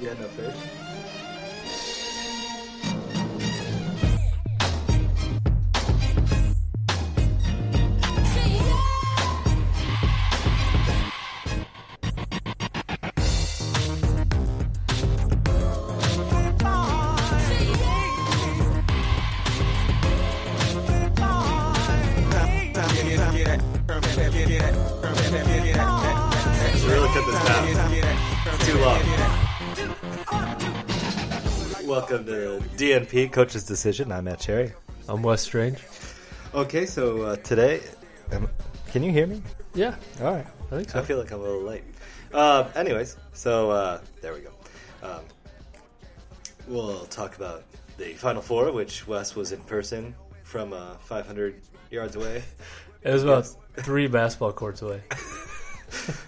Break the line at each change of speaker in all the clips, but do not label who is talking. Yeah, no fish.
We really cut this down. It's too long. Welcome to DNP Coach's Decision. I'm Matt Cherry.
I'm Wes Strange.
Okay, so uh, today, um, can you hear me?
Yeah,
All right.
I think
I
so.
feel like I'm a little late. Uh, anyways, so uh, there we go. Um, we'll talk about the Final Four, which Wes was in person from uh, 500 yards away.
It was about
Yes.
three basketball courts away.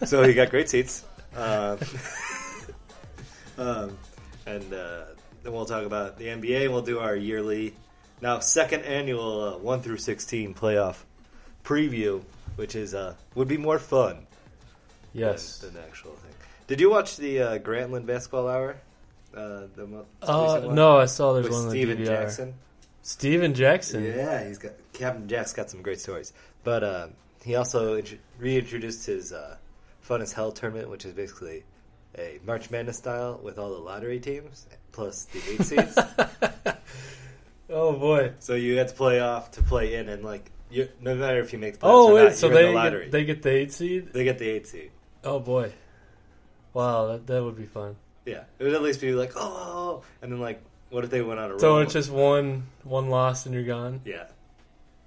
so he got great seats. Um, um, and uh, then we'll talk about the NBA. and We'll do our yearly, now second annual uh, one through sixteen playoff preview, which is uh, would be more fun
Yes.
than, than the actual thing. Did you watch the uh, Grantland Basketball Hour? Uh, the most
Uh,
recent one?
no, I saw there's
with
one on the
Steven
DVR.
Jackson.
Steven Jackson.
Yeah, he's got Captain Jack's got some great stories, but uh, he also int- reintroduced his uh, Fun as Hell tournament, which is basically a March Madness style with all the lottery teams plus the eight seeds.
Oh boy.
so you had to play off to play in, and like you, no matter if you make the playoffs
Oh
or
wait,
not,
so
you're in
they
the lottery.
get, they get the eight seed.
they get the eight seed.
Oh boy. Wow, that, that would be fun.
Yeah, it would at least be like oh, and then like what if they went on a
So
roll?
it's just one one loss and you're gone.
yeah,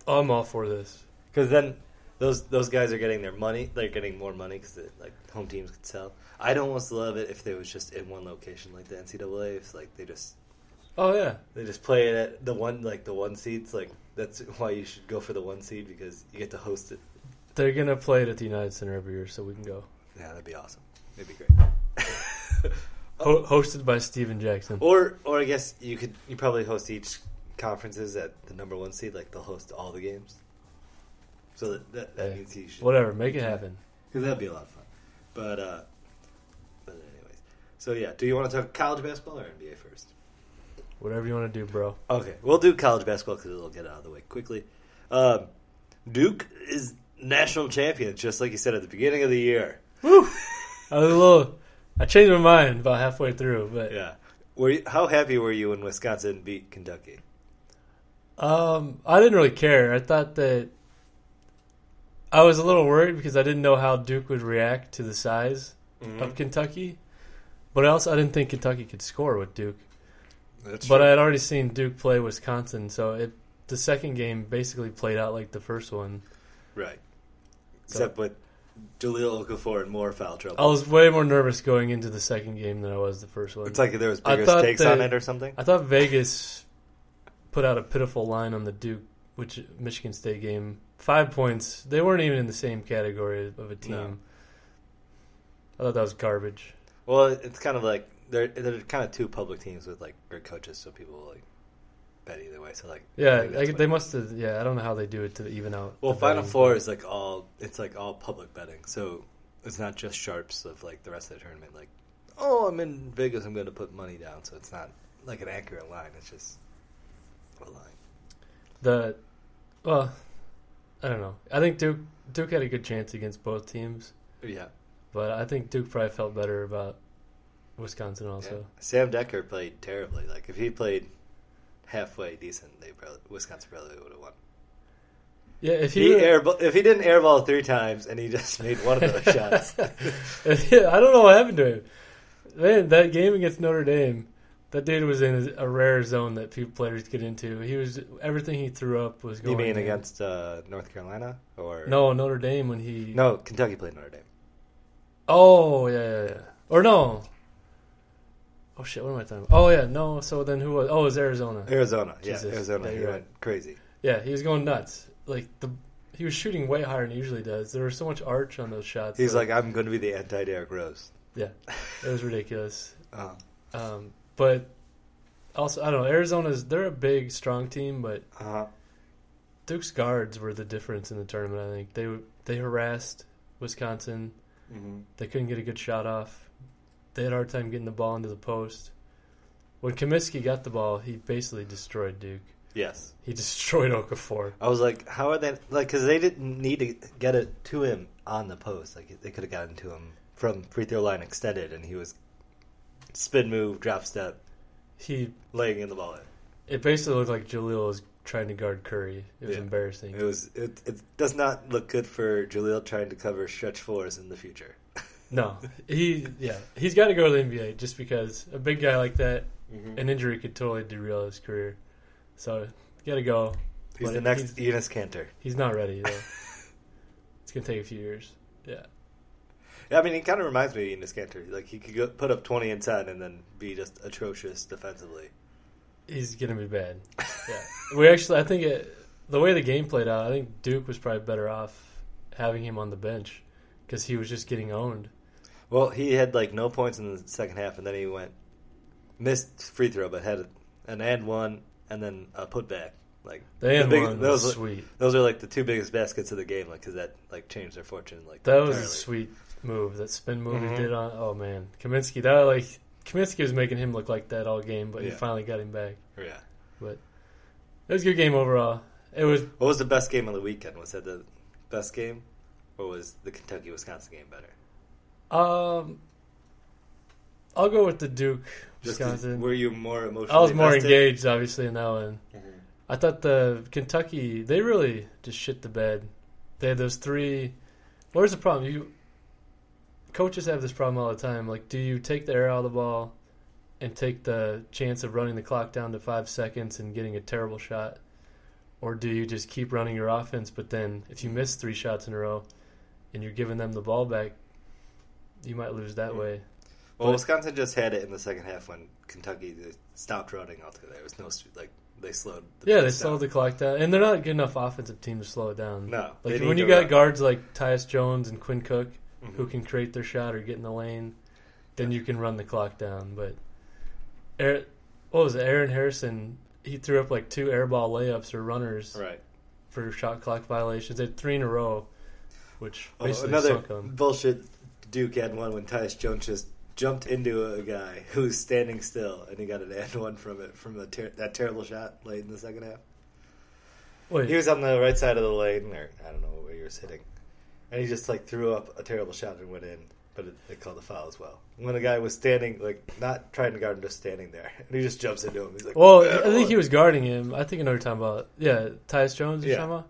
I'm all for this.
because then. Those, those guys are getting their money. They're getting more money because like home teams could sell. I'd almost love it if they was just in one location like the NCAA. If like they just
Oh yeah.
They just play it at the one like the one seeds. Like that's why you should go for the one seed because you get to host it.
They're gonna play it at the United Center every year, so we can go.
Yeah, that'd be awesome. It'd be great.
Ho- hosted by Steven Jackson.
Or or I guess you could you probably host each conferences at the number one seed. Like they'll host all the games. So that that, that
Hey,
means you should
Whatever, make it happen.
because that'd be a lot of fun. But uh, but anyways, so yeah. Do you want to talk college basketball or NBA first?
Whatever you want to do, bro.
Okay, we'll do college basketball because it'll get out of the way quickly. Um, Duke is national champion, just like you said at the beginning of the year.
I was a little. I changed my mind about halfway through, but
Yeah, were you, how happy were you when Wisconsin beat Kentucky?
um, I didn't really care. I thought that I was a little worried because I didn't know how Duke would react to the size
Mm-hmm.
of Kentucky, but also I didn't think Kentucky could score with Duke.
That's
But I had already seen Duke play Wisconsin, so it the second game basically played out like the first one.
right, except with Jaleel Okafor in more foul trouble.
I was way more nervous going into the second game than I was the first one.
it's like there was
I
bigger
thought
stakes
that-
on it or something.
I thought Vegas put out a pitiful line on the Duke, which Michigan State game. Five points. They weren't even in the same category of a team.
No.
I thought that was garbage.
Well, it's kind of like they're they're kind of two public teams with like great coaches, so people will, like bet either way. So like
Yeah,
think that's
I,
what
they
it is.
must have. Yeah, I don't know how they do it to even out.
Well,
the
Final
betting.
Four is like all it's like all public betting, so it's not just sharps of like the rest of the tournament. Like, oh, I'm in Vegas, I'm going to put money down, so it's not like an accurate line. It's just a line.
The well, I don't know. I think Duke Duke had a good chance against both teams,
Yeah.
but I think Duke probably felt better about Wisconsin also.
yeah. Sam Decker played terribly. Like, if he played halfway decent, they probably Wisconsin probably would have won.
Yeah, if
He
you
airball, if he didn't airball three times and he just made one of those shots,
I don't know what happened to him. Man, that game against Notre Dame, that dude was in a rare zone that few players get into. He was everything he threw up was going.
you mean
in.
against uh, North Carolina or
No, Notre Dame when he
No, Kentucky played Notre Dame.
Oh yeah, yeah, yeah. Or no. Oh shit! What am I talking? about? Oh yeah, no. So then who was? Oh, it was Arizona.
Arizona, yeah,
Jesus.
Arizona.
Yeah,
he
you're
went crazy.
Yeah, he was going nuts. Like the he was shooting way higher than he usually does. There was so much arch on those shots.
He's
that-
like, I'm going to be the anti Derrick Rose.
yeah, it was ridiculous.
Um,
Um, but also, I don't know. Arizona's they're a big, strong team, but
uh,
Duke's guards were the difference in the tournament. I think Mm-hmm. they they harassed Wisconsin. They couldn't get a good shot off. they had a hard time getting the ball into the post. When Kaminsky got the ball, he basically destroyed Duke.
Yes.
He destroyed Okafor.
I was like, how are they like? Because they didn't need to get it to him on the post. Like they could have gotten to him from free throw line extended, and he was spin move, drop step,
He
laying in the ball. In.
it basically looked like Jaleel was trying to guard Curry. It was
Yeah.
embarrassing.
It was. It, it does not look good for Jaleel trying to cover stretch fours in the future.
No, he yeah, he's got to go to the NBA just because a big guy like that,
Mm-hmm.
an injury could totally derail his career. So got to go.
He's
but
the next
he's-
Enos Cantor.
He's not ready though. it's gonna take a few years. Yeah,
Yeah, I mean, he kind of reminds me of Enos Cantor. Like he could go, put up twenty and ten, and then be just atrocious defensively.
he's gonna be bad. Yeah, we actually I think it, the way the game played out, I think Duke was probably better off having him on the bench because he was just getting owned.
Well, he had like no points in the second half, and then he went missed free throw, but had an and one, and then a putback. Like
They had
big-
one
those,
was
were-
sweet.
those are like the two biggest baskets of the game, like because that like changed their fortune. Like
That was a
entirely.
sweet move. That spin move
Mhm.
he did on. Oh man, Kaminsky. That like Kaminsky was making him look like that all game, but he
Yeah.
finally got him back.
Yeah.
It was a good game overall. It was
What was the best game of the weekend? Was that the best game, or was the Kentucky Wisconsin game better?
Um, I'll go with the Duke,
Just 'cause-
Wisconsin.
Were you more emotionally?
I was more
invested?
engaged, obviously, in that one.
Mhm.
I thought the Kentucky they really just shit the bed. They had those three. Where's the problem? You coaches have this problem all the time. Like, do you take the air out of the ball and take the chance of running the clock down to five seconds and getting a terrible shot, or do you just keep running your offense? But then if you miss three shots in a row and you're giving them the ball back, you might lose that way.
Well,
But-
Wisconsin just had it in the second half when Kentucky they stopped running altogether. There was no st- like they slowed.
yeah, they
pace
slowed the
down.
clock down, and they're not a good enough offensive team to slow it down.
No, they
Like
need
when you
to
got
run.
guards like Tyus Jones and Quinn Cook,
Mhm.
who can create their shot or get in the lane, then you can run the clock down. But Aaron, what was it? Aaron Harrison? He threw up like two airball layups or runners
Mm-hmm. right.
for shot clock violations. They had three in a row, which
Oh,
basically
another
sunk 'em.
bullshit Duke had one when Tyus Jones just jumped into a guy who was standing still, and he got an and one from it from the ter- that terrible shot late in the second half.
Wait,
He was on the right side of the lane, or I don't know where he was hitting, and he just like threw up a terrible shot and went in. But it, they called a foul as well. When the guy was standing, like not trying to guard him, just standing there, and he just jumps into him. He's like,
Well,
"And
I think
one."
he was guarding him. I think I know what you're talking about. Yeah, Tyus Jones. You're
Yeah.
talking about.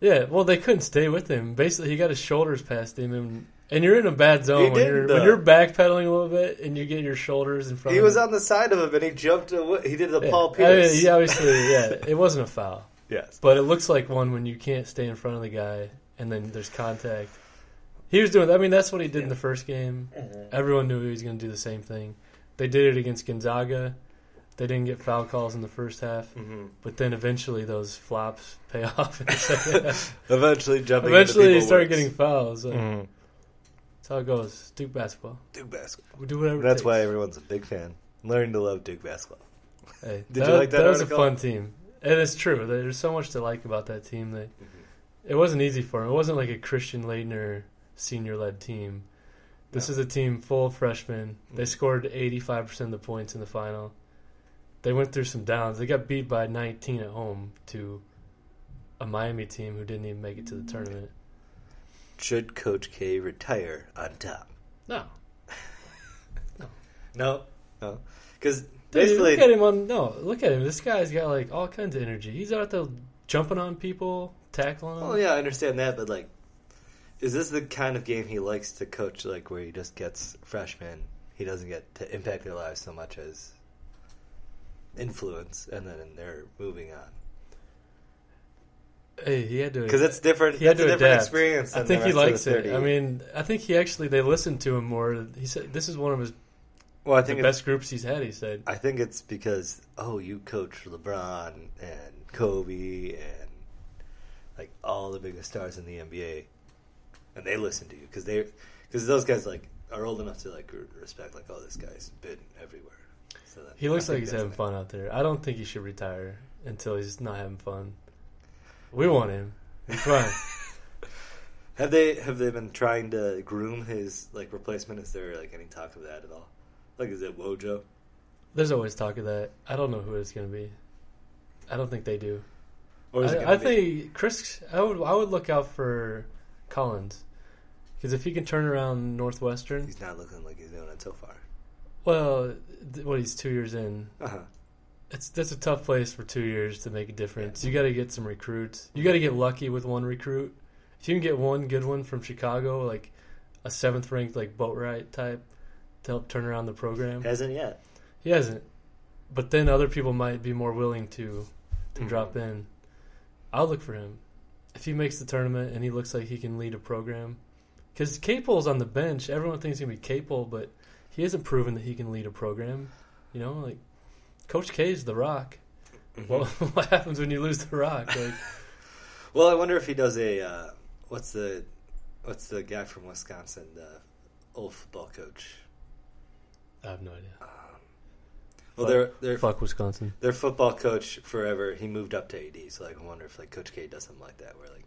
Yeah. Well, they couldn't stay with him. Basically, he got his shoulders past him, and and you're in a bad zone when
didn't,
you're
though.
when you're backpedaling a little bit and you get your shoulders in front.
He
of
was
him.
on the side of him, and he jumped. Away. He did the
yeah.
Paul
I mean,
Pierce.
he obviously, yeah, it wasn't a foul,
yes.
but it looks like one when you can't stay in front of the guy and then there's contact. He was doing. I mean, that's what he did in the first game.
Mm-hmm.
Everyone knew he was going to do the same thing. They did it against Gonzaga. They didn't get foul calls in the first half.
hmm
But then eventually those flops pay off. in the second half.
Eventually jumping.
eventually
into
you
people
start
works.
getting Mm-hmm. fouls. So
Mhm.
That's how it goes. Duke basketball.
Duke basketball.
We do whatever. it
That's
takes.
why everyone's a big fan. Learn to love Duke basketball.
Hey,
Did
that,
you like that
that was a
article?
fun team. It is true. There's so much to like about that team. That
Mm-hmm.
it wasn't easy for him. It wasn't like a Christian Leitner senior led team. This
No.
is a team full of freshmen. They
Mhm.
scored 85% of the points in the final. They went through some downs. They got beat by 19 at home to a Miami team who didn't even make it to the
Mm-hmm.
tournament.
Should Coach K retire on top?
No.
No, no, because
Dude,
basically,
look at him on no. Look at him. This guy's got like all kinds of energy. He's out there jumping on people, tackling them.
well, Oh, yeah, I understand that, but like, is this the kind of game he likes to coach? Like, where he just gets freshmen, he doesn't get to impact their lives so much as influence, and then they're moving on.
Hey, he had to
Because it's different.
he had
it's a
to
different
adapt.
experience.
I
than
think
the
he
rest of the
likes it.
30.
I mean, I think he actually they listened to him more. He said this is one of his
well, I
the
think it's,
best groups he's had. He said
I think it's because oh, you coach LeBron and Kobe and like all the biggest stars in the NBA, and they listen to you because they because those guys like are old enough to like re- respect like oh, this guy's been everywhere. So that,
he looks
I
like
think
he's
that's
having
it.
fun out there. I don't think he should retire until he's not having fun. We want him. He's fun.
Have they have they been trying to groom his like replacement? Is there like any talk of that at all? Like, is it Wojo?
There's always talk of that. I don't know who it's going to be. I don't think they do.
Or is it
I,
gonna
I
be-
think Chris. I would. I would look out for Collins because if he can turn around Northwestern,
he's not looking like he's doing it so far?
well, th- what he's two years in.
Uh huh.
It's that's a tough place for two years to make a difference. You got to get some recruits. You got to get lucky with one recruit. If you can get one good one from Chicago, like a seventh ranked like Boatwright type, to help turn around the program,
Hasn't yet.
he hasn't. But then other people might be more willing to to drop in. I'll look for him if he makes the tournament and he looks like he can lead a program. Because Capel's on the bench, everyone thinks he's gonna be Capel, but he hasn't proven that he can lead a program. You know, like Coach K is the Rock. Well, what happens when you lose the Rock? Like,
Well, I wonder if he does a uh, what's the what's the guy from Wisconsin, the old football coach.
I have no idea.
Well,
Fuck-
their their
Fuck Wisconsin.
their football coach forever. He moved up to AD, so like, I wonder if like Coach K does something like that, where like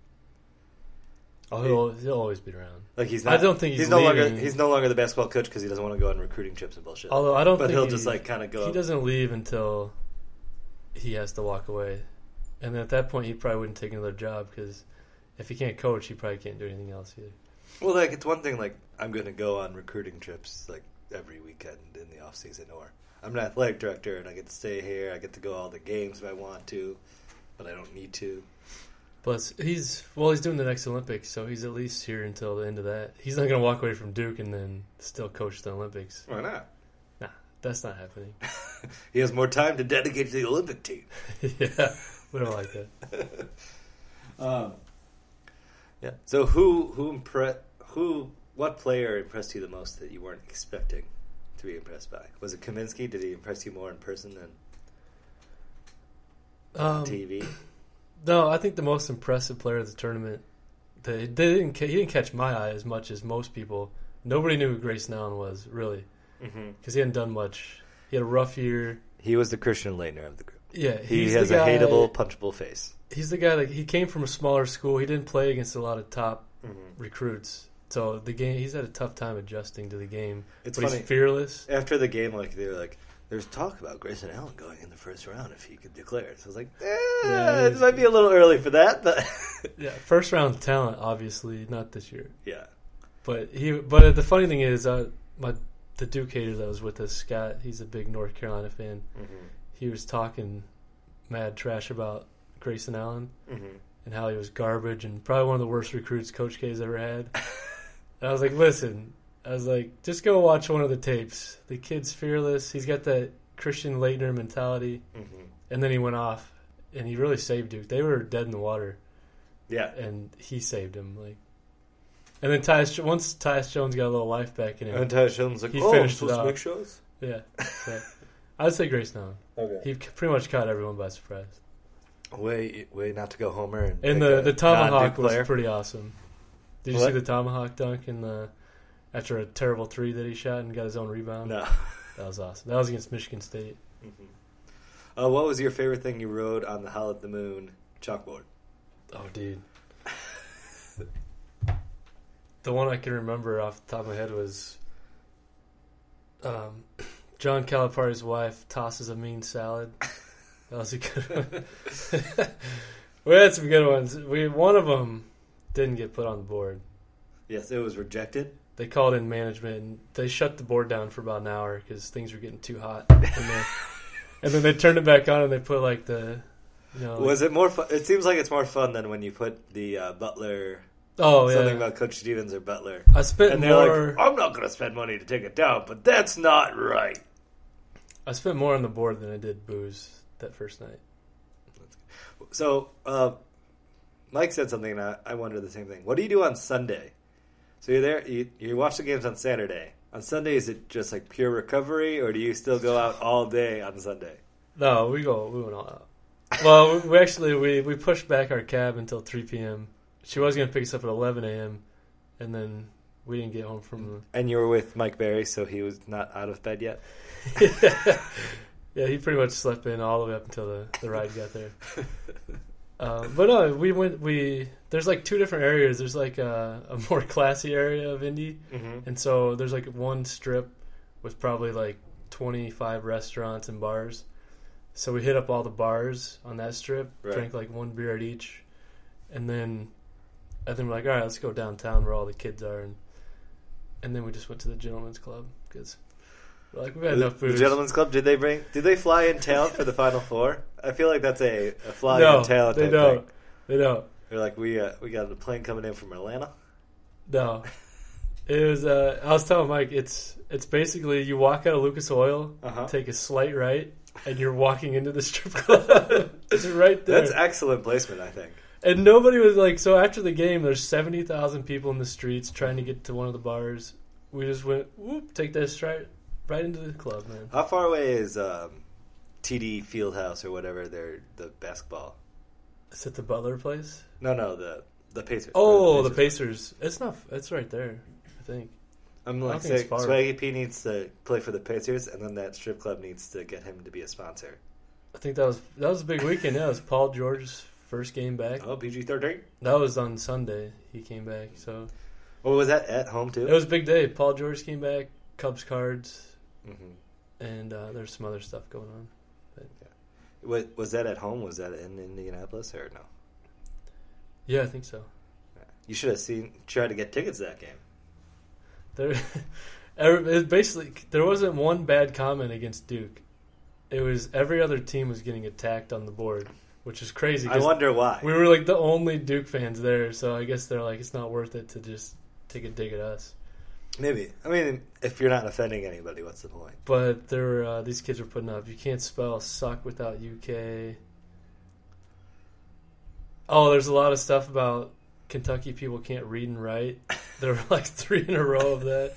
Oh, he'll, he'll always be around.
like he's
I
not.
don't think he's
no longer
leaving.
he's no longer the basketball coach because he doesn't want to go on recruiting trips and bullshit.
Although I don't
but
think
he'll
he-
just like kind of go.
He doesn't leave until he has to walk away, and then at that point, he probably wouldn't take another job because if he can't coach, he probably can't do anything else either.
Well, like it's one thing like I'm going to go on recruiting trips like every weekend in the off season, or I'm an athletic director and I get to stay here. I get to go all the games if I want to, but I don't need to.
Plus, he's well, he's doing the next Olympics, so he's at least here until the end of that. He's not going to walk away from Duke and then still coach the Olympics.
Why not?
Nah, that's not happening.
He has more time to dedicate to the Olympic team.
yeah, we don't like that.
Um, yeah. So who who impre- who what player impressed you the most that you weren't expecting to be impressed by? Was it Kaminsky? Did he impress you more in person than on
Um,
TV?
No, I think the most impressive player of the tournament, they, they didn't ca- he didn't catch my eye as much as most people. Nobody knew who Grace Noun was really
Mm-hmm.
because he hadn't done much. He had a rough year.
He was the Christian Leitner of the group.
Yeah,
He
he's
has
the
a
guy,
hateable, punchable face.
He's the guy that he came from a smaller school. He didn't play against a lot of top recruits, so the game he's had a tough time adjusting to the game.
It's
but
funny.
he's fearless.
After the game, like they were like, "There's talk about Grayson Allen going in the first round if he could declare." So I was like, eh,
Yeah,
"It
he's-
might be a little early for that," but
Yeah, first round talent, obviously not this year.
yeah.
But he. But the funny thing is, uh, my the Duke hater that was with us, Scott. He's a big North Carolina fan. He was talking mad trash about Grayson Allen and how he was garbage and probably one of the worst recruits Coach K's ever had. and I was like, listen, I was like, just go watch one of the tapes. The kid's fearless. He's got that Christian Leitner mentality. And then he went off and he really saved Duke. They were dead in the water
Yeah,
and he saved him. Like, and then Tyus once Tyus Jones got a little life back in him.
and Ty Sheldon's like,
He
"Oh, I'm
finished it
supposed to
off.
make shows."
Yeah, so I'd say Grace Nolan.
Okay.
He c- pretty much caught everyone by surprise.
Way, way not to go Homer. And,
And
pick
the,
a
the tomahawk
non-Duke
was
player.
pretty awesome. Did you
What?
see the tomahawk dunk in the after a terrible three that he shot and got his own rebound?
No.
That was awesome. That was against Michigan State.
Uh, what was your favorite thing you wrote on the Howl at the Moon chalkboard?
Oh, dude. the one I can remember off the top of my head was um, John Calipari's wife tosses a mean salad. That was a good one. we had some good ones. We one of them didn't get put on the board.
Yes, it was rejected.
They called in management. and They shut the board down for about an hour because things were getting too hot. And, they, and then they turned it back on and they put like the, you know,
Was it more fun? It seems like it's more fun than when you put the uh, Butler
oh yeah.
something about Coach Stevens or Butler.
I spent
And they're
more.
like, I'm not going to spend money to take it down, but that's not right.
I spent more on the board than I did booze that first night.
So, uh, Mike said something, and I, I wonder the same thing. What do you do on Sunday? So you're there, you, you watch the games on Saturday. On Sunday, is it just like pure recovery, or do you still go out all day on Sunday?
No, we go. We went all out. Well, we, we actually we we pushed back our cab until three p.m. She was going to pick us up at eleven a.m. and then we didn't get home from.
And you were with Mike Barry, so he was not out of bed yet.
The, yeah, he pretty much slept in all the way up until the the ride got there. Um, but no, we went. We there's like two different areas. There's like a, a more classy area of Indy,
hmm
and so there's like one strip with probably like 25 restaurants and bars. So we hit up all the bars on that strip,
Right.
drank like one beer at each, and then I think we're like, all right, let's go downtown where all the kids are, and and then we just went to the gentleman's club because we're like we've had enough
The
food.
Gentlemen's Club. Did they bring? Did they fly in town for the Final Four? I feel like that's a, a fly
no,
in town
they
type
don't.
thing.
They don't.
They're like, we uh, we got a plane coming in from Atlanta.
No. It was. Uh, I was telling Mike, it's it's basically you walk out of Lucas Oil,
Uh-huh.
take a slight right, and you're walking into the strip club. it's right there.
That's excellent placement, I think.
and nobody was like. So after the game, there's seventy thousand people in the streets trying to get to one of the bars. We just went whoop, take that straight right into the club, man.
How far away is um, TD Fieldhouse or whatever their the basketball?
Is it the Butler place?
No, no, the the Pacers.
Oh,
Or
the Pacers. It's not. It's right there. I think.
I'm
I
like
don't think it's
saying
far.
Swaggy P needs to play for the Pacers, and then that strip club needs to get him to be a sponsor.
I think that was that was a big weekend. Yeah, it was Paul George's first game back.
Oh, PG thirteen.
That was on Sunday. He came back, so
Or was that at home too?
it was a big day. Paul George came back, Cubs cards,
Mhm.
and uh, there's some other stuff going on.
Wa- was that at home? Was that in Indianapolis or no?
Yeah, I think so.
You should have seen tried to get tickets that game.
There, every- it basically there wasn't one bad comment against Duke. It was every other team was getting attacked on the board, which is crazy.
I
'cause
wonder why.
we were like the only Duke fans there, so I guess they're like it's not worth it to just take a dig at us.
Maybe. I mean, if you're not offending anybody, what's the point?
But there were uh, these kids were putting up. You can't spell suck without UK. Oh, there's a lot of stuff about Kentucky people can't read and write. There were like three in a row of that.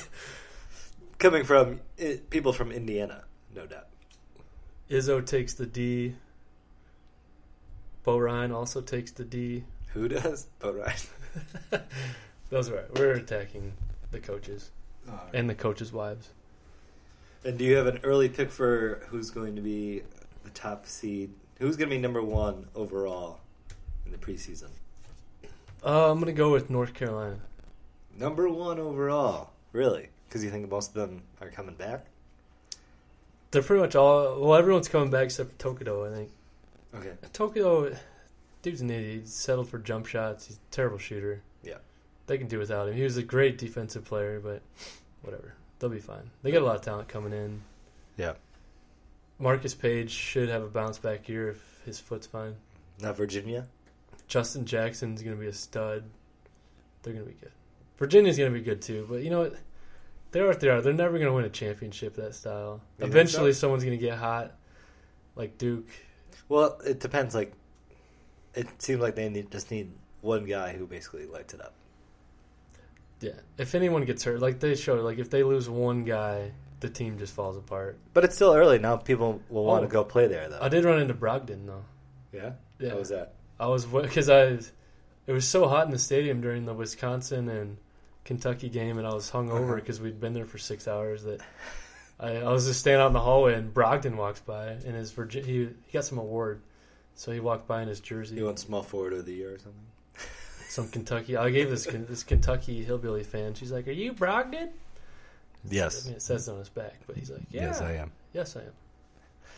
Coming from i people from Indiana, no doubt.
Izzo takes the D. Bo Ryan also takes the D.
Who does? But right.
Those are right. We're attacking the coaches and the coaches' wives.
And do you have an early pick for who's going to be the top seed? Who's going to be number one overall in the preseason?
Uh, I'm gonna go with North Carolina.
Number one overall, really? Because you think most of them are coming back?
They're pretty much all. Well, everyone's coming back except for Tokido, I think.
Okay.
Tokyo, dude's an idiot. He's settled for jump shots. He's a terrible shooter.
Yeah.
They can do without him. He was a great defensive player, but whatever. They'll be fine. They got a lot of talent coming in.
Yeah.
Marcus Page should have a bounce back year if his foot's fine.
Not Virginia?
Justin Jackson's going to be a stud. They're going to be good. Virginia's going to be good too, but you know what? They are what they are. They're never going to win a championship that style.
You think
Eventually,
so?
someone's going to get hot, like Duke.
Well, it depends. Like, it seems like they need, just need one guy who basically lights it up.
Yeah. If anyone gets hurt, like they showed, like if they lose one guy, the team just falls apart.
But it's still early now. People will want
Oh.
to go play there, though.
I did run into Brogdon though.
yeah.
Yeah.
How was that?
I was because I, it was so hot in the stadium during the Wisconsin and Kentucky game, and I was hungover
Uh-huh.
because we'd been there for six hours. That I, I was just standing out in the hallway, and Brogdon walks by in his Virgin. He he got some award, so he walked by in his jersey.
You want small forward of the year or something?
Some Kentucky. I gave this Ken- this Kentucky hillbilly fan. She's like, "Are you Brogdon?" I
Yes.
mean, it says it on his back, but he's like, yeah,
am.
Yes, I am.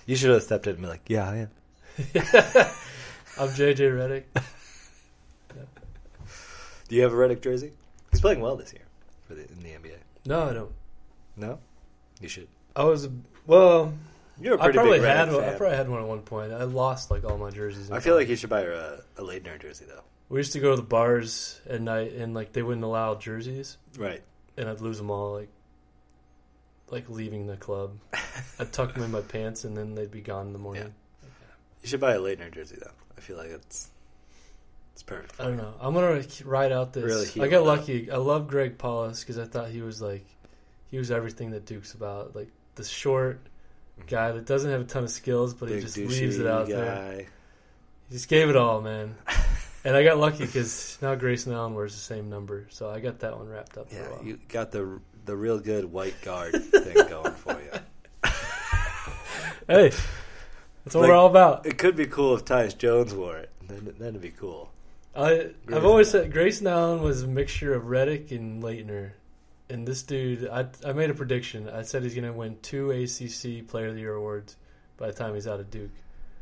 You should have stepped in and been like, "Yeah, I am."
I'm JJ Reddick.
Do you have a Reddick jersey? He's playing well this year for the, in the NBA.
No, I don't.
No, you should.
I was well.
You're a
I
pretty
probably
big
had
Reddick
one,
fan.
I probably had one at one point. I lost like all my jerseys. in
I feel like
college.
you should buy a, a Leitner jersey though.
we used to go to the bars at night and like they wouldn't allow jerseys,
Right.
and I'd lose them all like like leaving the club. I'd tuck them in my pants, and then they'd be gone in the morning.
You should buy a Leitner jersey though. I feel like it's it's perfect. For
I don't
you.
know. I'm gonna ride out this.
Really
I
healed
got
up.
lucky. I love Greg Paulus because I thought he was like he was everything that Duke's about, like the short guy that doesn't have a ton of skills, but he
Mm-hmm. Big
just
douchey
leaves it out
guy.
there. He just gave it all, man. and I got lucky because now Grayson Allen wears the same number, so I got that one wrapped up. for a
Yeah,
while.
you got the the real good white guard thing going for you.
hey, That's what
Like-
we're all about.
It could be cool if Tyus Jones wore it. Then that'd be cool.
I I've
Grayson
always
Allen.
said Grayson Allen was a mixture of Reddick and Leitner, and this dude I I made a prediction. I said he's going to win two ACC Player of the Year awards by the time he's out of Duke.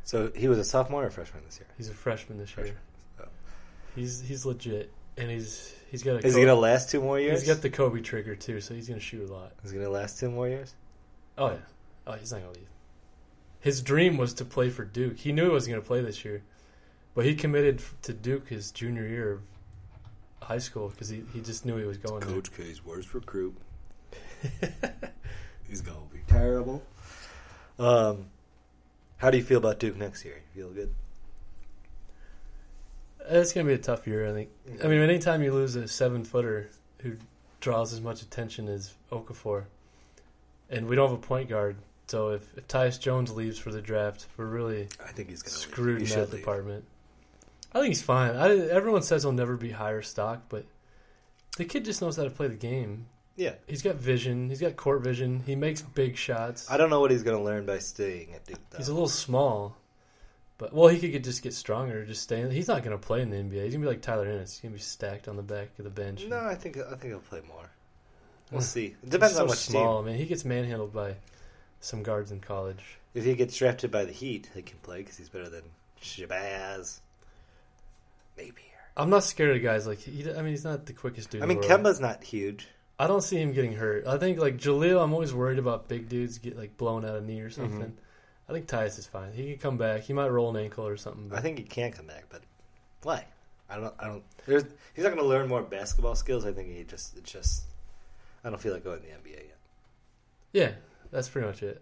So he was a sophomore or freshman this year.
He's a freshman this year.
Freshman. Oh.
He's he's legit, and he's he's got a
Is he gonna last two more years?
he's got the Kobe trigger too, so he's going to shoot a lot.
Is he gonna last two more years?
Oh yeah, oh he's not going to leave. His dream was to play for Duke. He knew he wasn't going to play this year, but he committed f- to Duke his junior year of high school because he, he just knew he was going. there.
K's worst recruit. He's gonna be terrible. Um, how do you feel about Duke next year? You feel good?
It's gonna be a tough year, I think. I mean, anytime you lose a seven footer who draws as much attention as Okafor, and we don't have a point guard, so if, if Tyus Jones leaves for the draft, we're really
I think he's gonna leave.
screwed
He
in
should
that
leave.
department. I think he's fine. I, everyone says he'll never be higher stock, but the kid just knows how to play the game.
Yeah,
He's got vision. He's got court vision. He makes big shots.
I don't know what he's gonna learn by staying at Duke. Though.
He's a little small, but well, he could get, just get stronger. Just stay. In, he's not going to play in the NBA. He's going to be like Tyler Ennis. He's going to be stacked on the back of the bench.
no, I think I think he'll play more.
Uh,
We'll see. It depends
He's so
on which
small. Man, he gets manhandled by some guards in college.
team. If he gets drafted by the Heat, he can play because he's better than Shabazz. Maybe.
I'm not scared of guys like he. I mean, he's not the quickest dude.
I
in
mean,
the world.
Kemba's not huge.
I don't see him getting hurt. I think like Jaleel. I'm always worried about big dudes get like blown out a knee
Mm-hmm.
or something. I think Tyus is fine. He could come back. He might roll an ankle or something. but-
I think he can come back, but why? I don't. I don't. There's. He's not going to learn more basketball skills. I think he just. It's just. I don't feel like going to the NBA yet.
Yeah, that's pretty much it.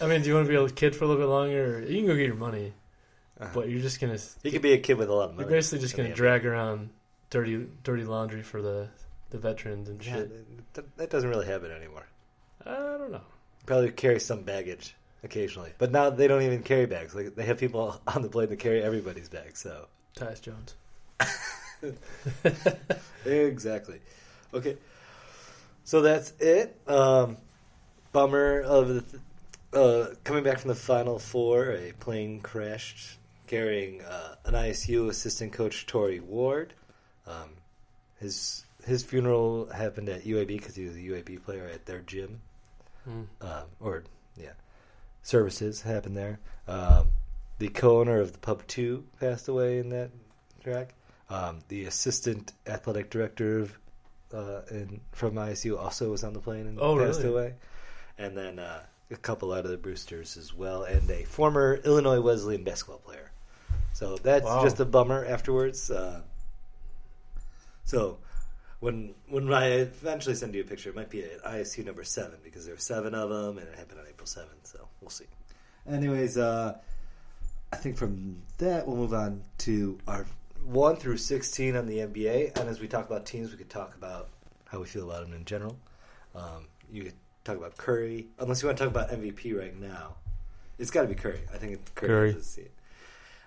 I mean, do you want to be a kid for a little bit longer? You can go get your money,
Uh-huh.
but you're just gonna
He could be a kid with a lot of money.
you're basically just
in
gonna
the
drag around dirty dirty laundry for the the veterans and
NBA. Yeah,
shit.
that, that doesn't really happen anymore.
I don't know.
Probably carry some baggage occasionally, but now they don't even carry bags. Like they have people on the plane that carry everybody's bag. So
Tyus Jones.
exactly. Okay. So that's it. Um, bummer of the th- uh, coming back from the Final Four. A plane crashed carrying uh, an ISU assistant coach, Tory Ward. Um, his his funeral happened at UAB because he was a UAB player at their gym
Mm.
um, or yeah, services happened there. Um, the co-owner of the pub two passed away in that track. Um, the assistant athletic director of uh, in, from ISU also was on the plane and
Oh,
passed
really?
away, and then uh, a couple out of the Brewsters as well, and a former Illinois Wesleyan basketball player. So that's
Wow.
just a bummer afterwards. Uh, so when when I eventually send you a picture, it might be at ISU number seven because there were seven of them, and it happened on April seventh. So we'll see. Anyways, uh, I think from that we'll move on to our one through sixteen on the NBA, and as we talk about teams, we could talk about how we feel about them in general. Um, you could talk about Curry, unless you want to talk about MVP right now. It's got to be Curry. I think it's Curry.
Curry.
has to see it.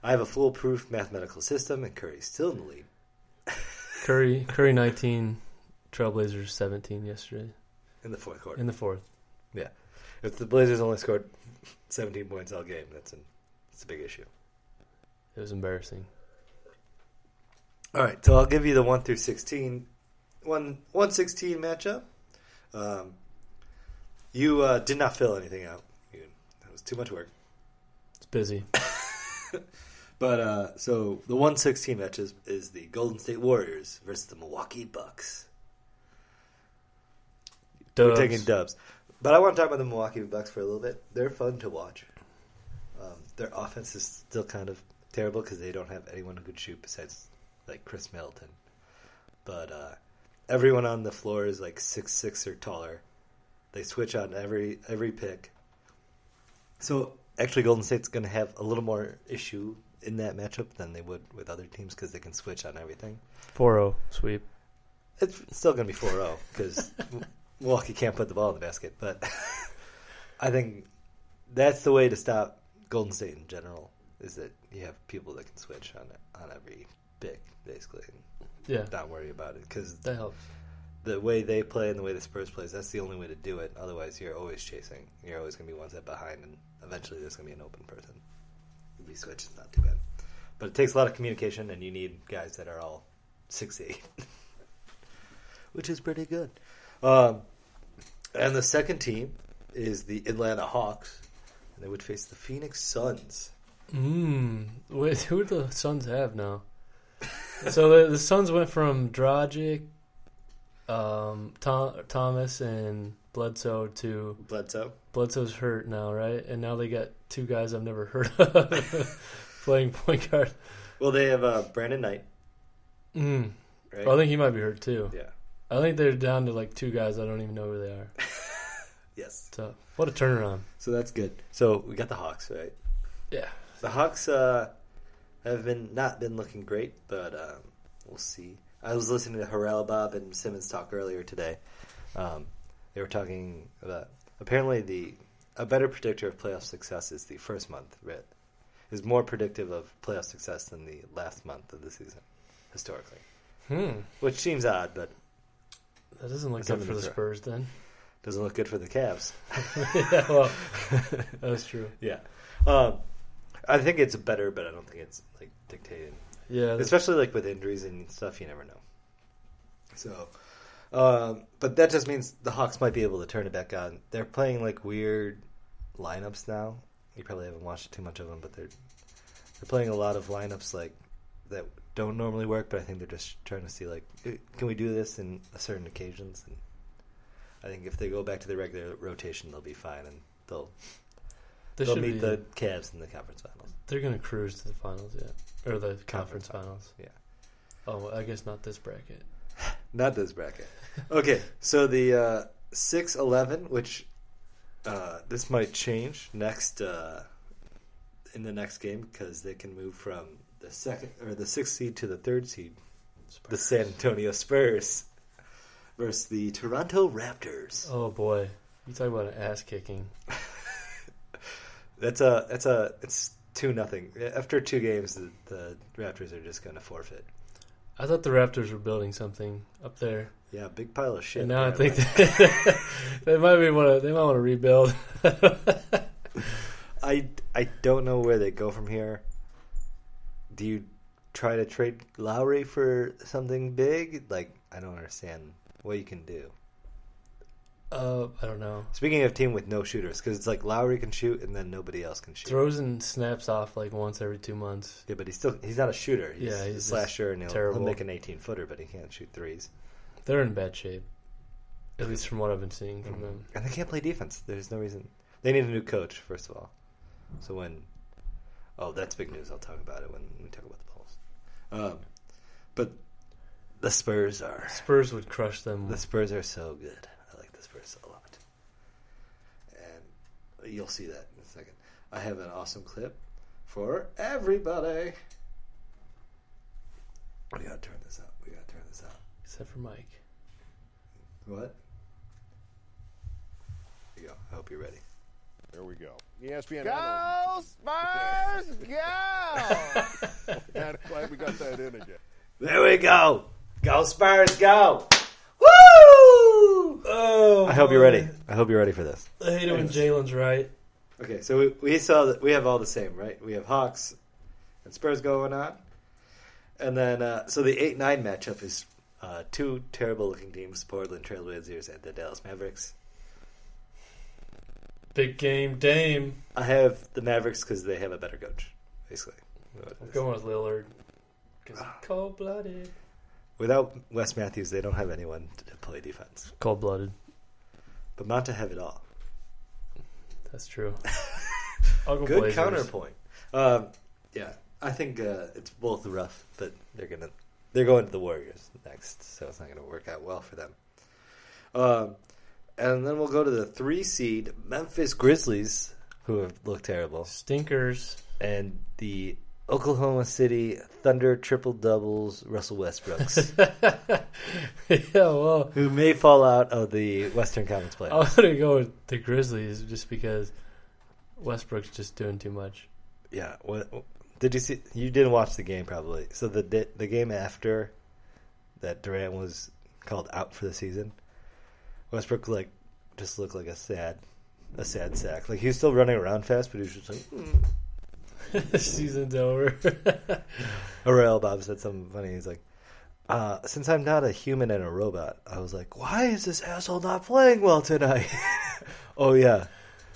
I have a foolproof mathematical system, and Curry's still in the lead.
Curry Curry 19, Trailblazers 17 yesterday
in the fourth quarter.
in the fourth.
yeah, if the Blazers only scored 17 points all game, that's an that's a big issue.
It was embarrassing.
All right, so I'll give you the one through 16, one one sixteen matchup. Um, you uh, did not fill anything out. You, that was too much work.
It's busy.
But uh, so the one sixteen matches is the Golden State Warriors versus the Milwaukee Bucks.
Dubs.
We're taking dubs. But I want to talk about the Milwaukee Bucks for a little bit. They're fun to watch. Um, their offense is still kind of terrible because they don't have anyone who could shoot besides like Chris Middleton. But uh, everyone on the floor is like six six or taller. They switch on every every pick. So actually, Golden State's going to have a little more issue in that matchup than they would with other teams because they can switch on everything. oh,
4-0 sweep.
It's still going to be 4 0 because Milwaukee can't put the ball in the basket. But I think that's the way to stop Golden State in general is that you have people that can switch on on every pick, basically, and
Yeah,
not worry about it because
that helps.
the way they play and the way the Spurs plays, that's the only way to do it. Otherwise, you're always chasing. You're always going to be one step behind, and eventually there's going to be an open person. If you switch, it's not too bad. But it takes a lot of communication, and you need guys that are all six eight, which is pretty good. Um, and the second team is the Atlanta Hawks, and they would face the Phoenix Suns.
Mm. Wait, who do the Suns have now? so the, the Suns went from Dragic, um, Tom, Thomas, and Bledsoe to
Bledsoe.
Bledsoe's hurt now, right? And now they got two guys I've never heard of playing point guard.
Well, they have uh, Brandon Knight,
Mm.
right?
I think he might be hurt too.
yeah.
I think they're down to like two guys. I don't even know who they are.
Yes.
So what a turnaround!
So that's good. So we got the Hawks, right?
Yeah.
The Hawks uh, have been not been looking great, but um, we'll see. I was listening to Harrell Bob and Simmons talk earlier today. Um, they were talking about apparently the a better predictor of playoff success is the first month. Right? Is more predictive of playoff success than the last month of the season, historically.
Hmm.
Which seems odd, but
That doesn't look good
Something
for the
that's right.
Spurs then.
doesn't look good for the Cavs.
yeah. Well, that's true.
Yeah, um, I think it's better, but I don't think it's like dictated.
Yeah. that's-
especially like with injuries and stuff you never know so um, but that just means the hawks might be able to turn it back on they're playing like weird lineups now you probably haven't watched too much of them but they're they're playing a lot of lineups like that don't normally work but i think they're just trying to see like eh, can we do this in certain occasions and i think if they go back to their regular rotation they'll be fine and they'll
They
they'll
should
meet
be.
the Cavs in the conference finals
They're gonna cruise to the finals, yeah, or the conference,
Conference
finals.
yeah
Oh, well, I guess not this bracket.
Not this bracket. Okay, so the uh, six eleven, which uh, this might change next uh, in the next game because they can move from the second or the sixth seed to the third seed, the San Antonio Spurs versus the Toronto Raptors.
Oh boy, you talk about an ass kicking.
That's a that's a it's two nothing after two games. The, the Raptors are just going to forfeit.
I thought the Raptors were building something up there,
Yeah, big pile of shit.
and now I
apparently.
think they, they might be want to. They might want to rebuild. Uh,
I, I don't know where they go from here. Do you try to trade Lowry for something big? Like, I don't understand what you can do.
uh, I don't know.
Speaking of team with no shooters, because it's like Lowry can shoot and then nobody else can shoot.
Throws and snaps off like once every two months.
Yeah, but he's still he's not a shooter. He's,
Yeah, he's
a slasher and he'll, he'll
terrible.
make an 18 footer, but he can't shoot threes.
They're in bad shape, at least from what I've been seeing from them.
And they can't play defense. There's no reason. They need a new coach first of all. So when, oh, that's big news. I'll talk about it when we talk about the Bulls. Um, but the Spurs are
Spurs would crush them.
The Spurs are so good. I like the Spurs a lot. And you'll see that in a second. I have an awesome clip for everybody. We gotta turn this up. We gotta turn this up.
Except for Mike.
What? Here you go. I hope you're ready.
There we go. E ESPN. Adler.
Go Spurs, go!
Man, glad we got that in again.
There we go. Go Spurs, go. Woo!
Oh,
I hope you're ready. I hope you're ready for this.
I hate it when Jalen's right.
Okay, so we, we saw that we have all the same, right? We have Hawks and Spurs going on, and then uh, so the eight nine matchup is uh, two terrible looking teams: Portland Trailblazers and the Dallas Mavericks.
Big game, Dame.
I have the Mavericks because they have a better coach, basically.
I'm going with Lillard Ah. because cold blooded.
Without Wes Matthews, they don't have anyone to play defense.
Cold blooded.
But Monta have it all.
That's true. I'll go
Good
Blazers.
counterpoint. Um, yeah, I think uh, it's both rough, but they're gonna they're going to the Warriors next, so it's not gonna work out well for them. Um, and then we'll go to the three seed Memphis Grizzlies, who have looked terrible,
Stinkers.
and the Oklahoma City Thunder triple doubles Russell Westbrooks,
yeah, well,
who may fall out of the Western Conference
I
playoffs.
was gonna go with the Grizzlies just because Westbrook's just doing too much.
Yeah. What, did you see? You didn't watch the game, probably. So the the game after that, Durant was called out for the season. Westbrook like just looked like a sad, a sad sack. Like he was still running around fast, but he was just like.
Season's over.
Orel Bob said something funny. He's like, uh, since I'm not a human and a robot, I was like, why is this asshole not playing well tonight? oh, yeah.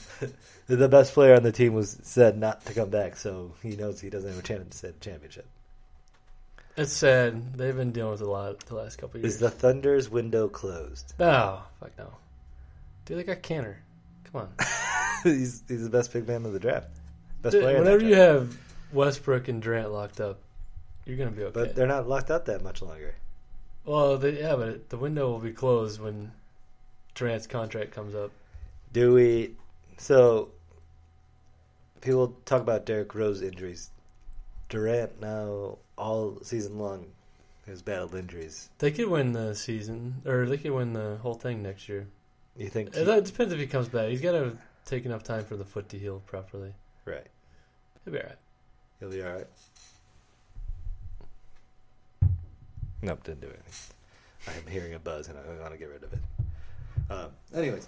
the best player on the team was said not to come back, so he knows he doesn't have a chance at championship.
it's sad. They've been dealing with a lot the last couple of years.
Is the Thunder's window closed?
No, Oh, fuck no. Dude, they got Canner. Come on.
he's, he's the best big man of the draft. Best
Dude,
player. in the
whenever you
draft.
have Westbrook and Durant locked up, you're going to be okay.
But they're not locked up that much longer.
well, they, yeah, but it, the window will be closed when Durant's contract comes up.
Do we? So people talk about Derrick Rose injuries. Durant now all season long has battled injuries.
They could win the season, or they could win the whole thing next year.
You think?
It it depends if he comes back. He's got to take enough time for the foot to heal properly.
right.
He'll be all right.
He'll be all right. Nope, didn't do anything. I'm hearing a buzz and I want to get rid of it. Um, anyways,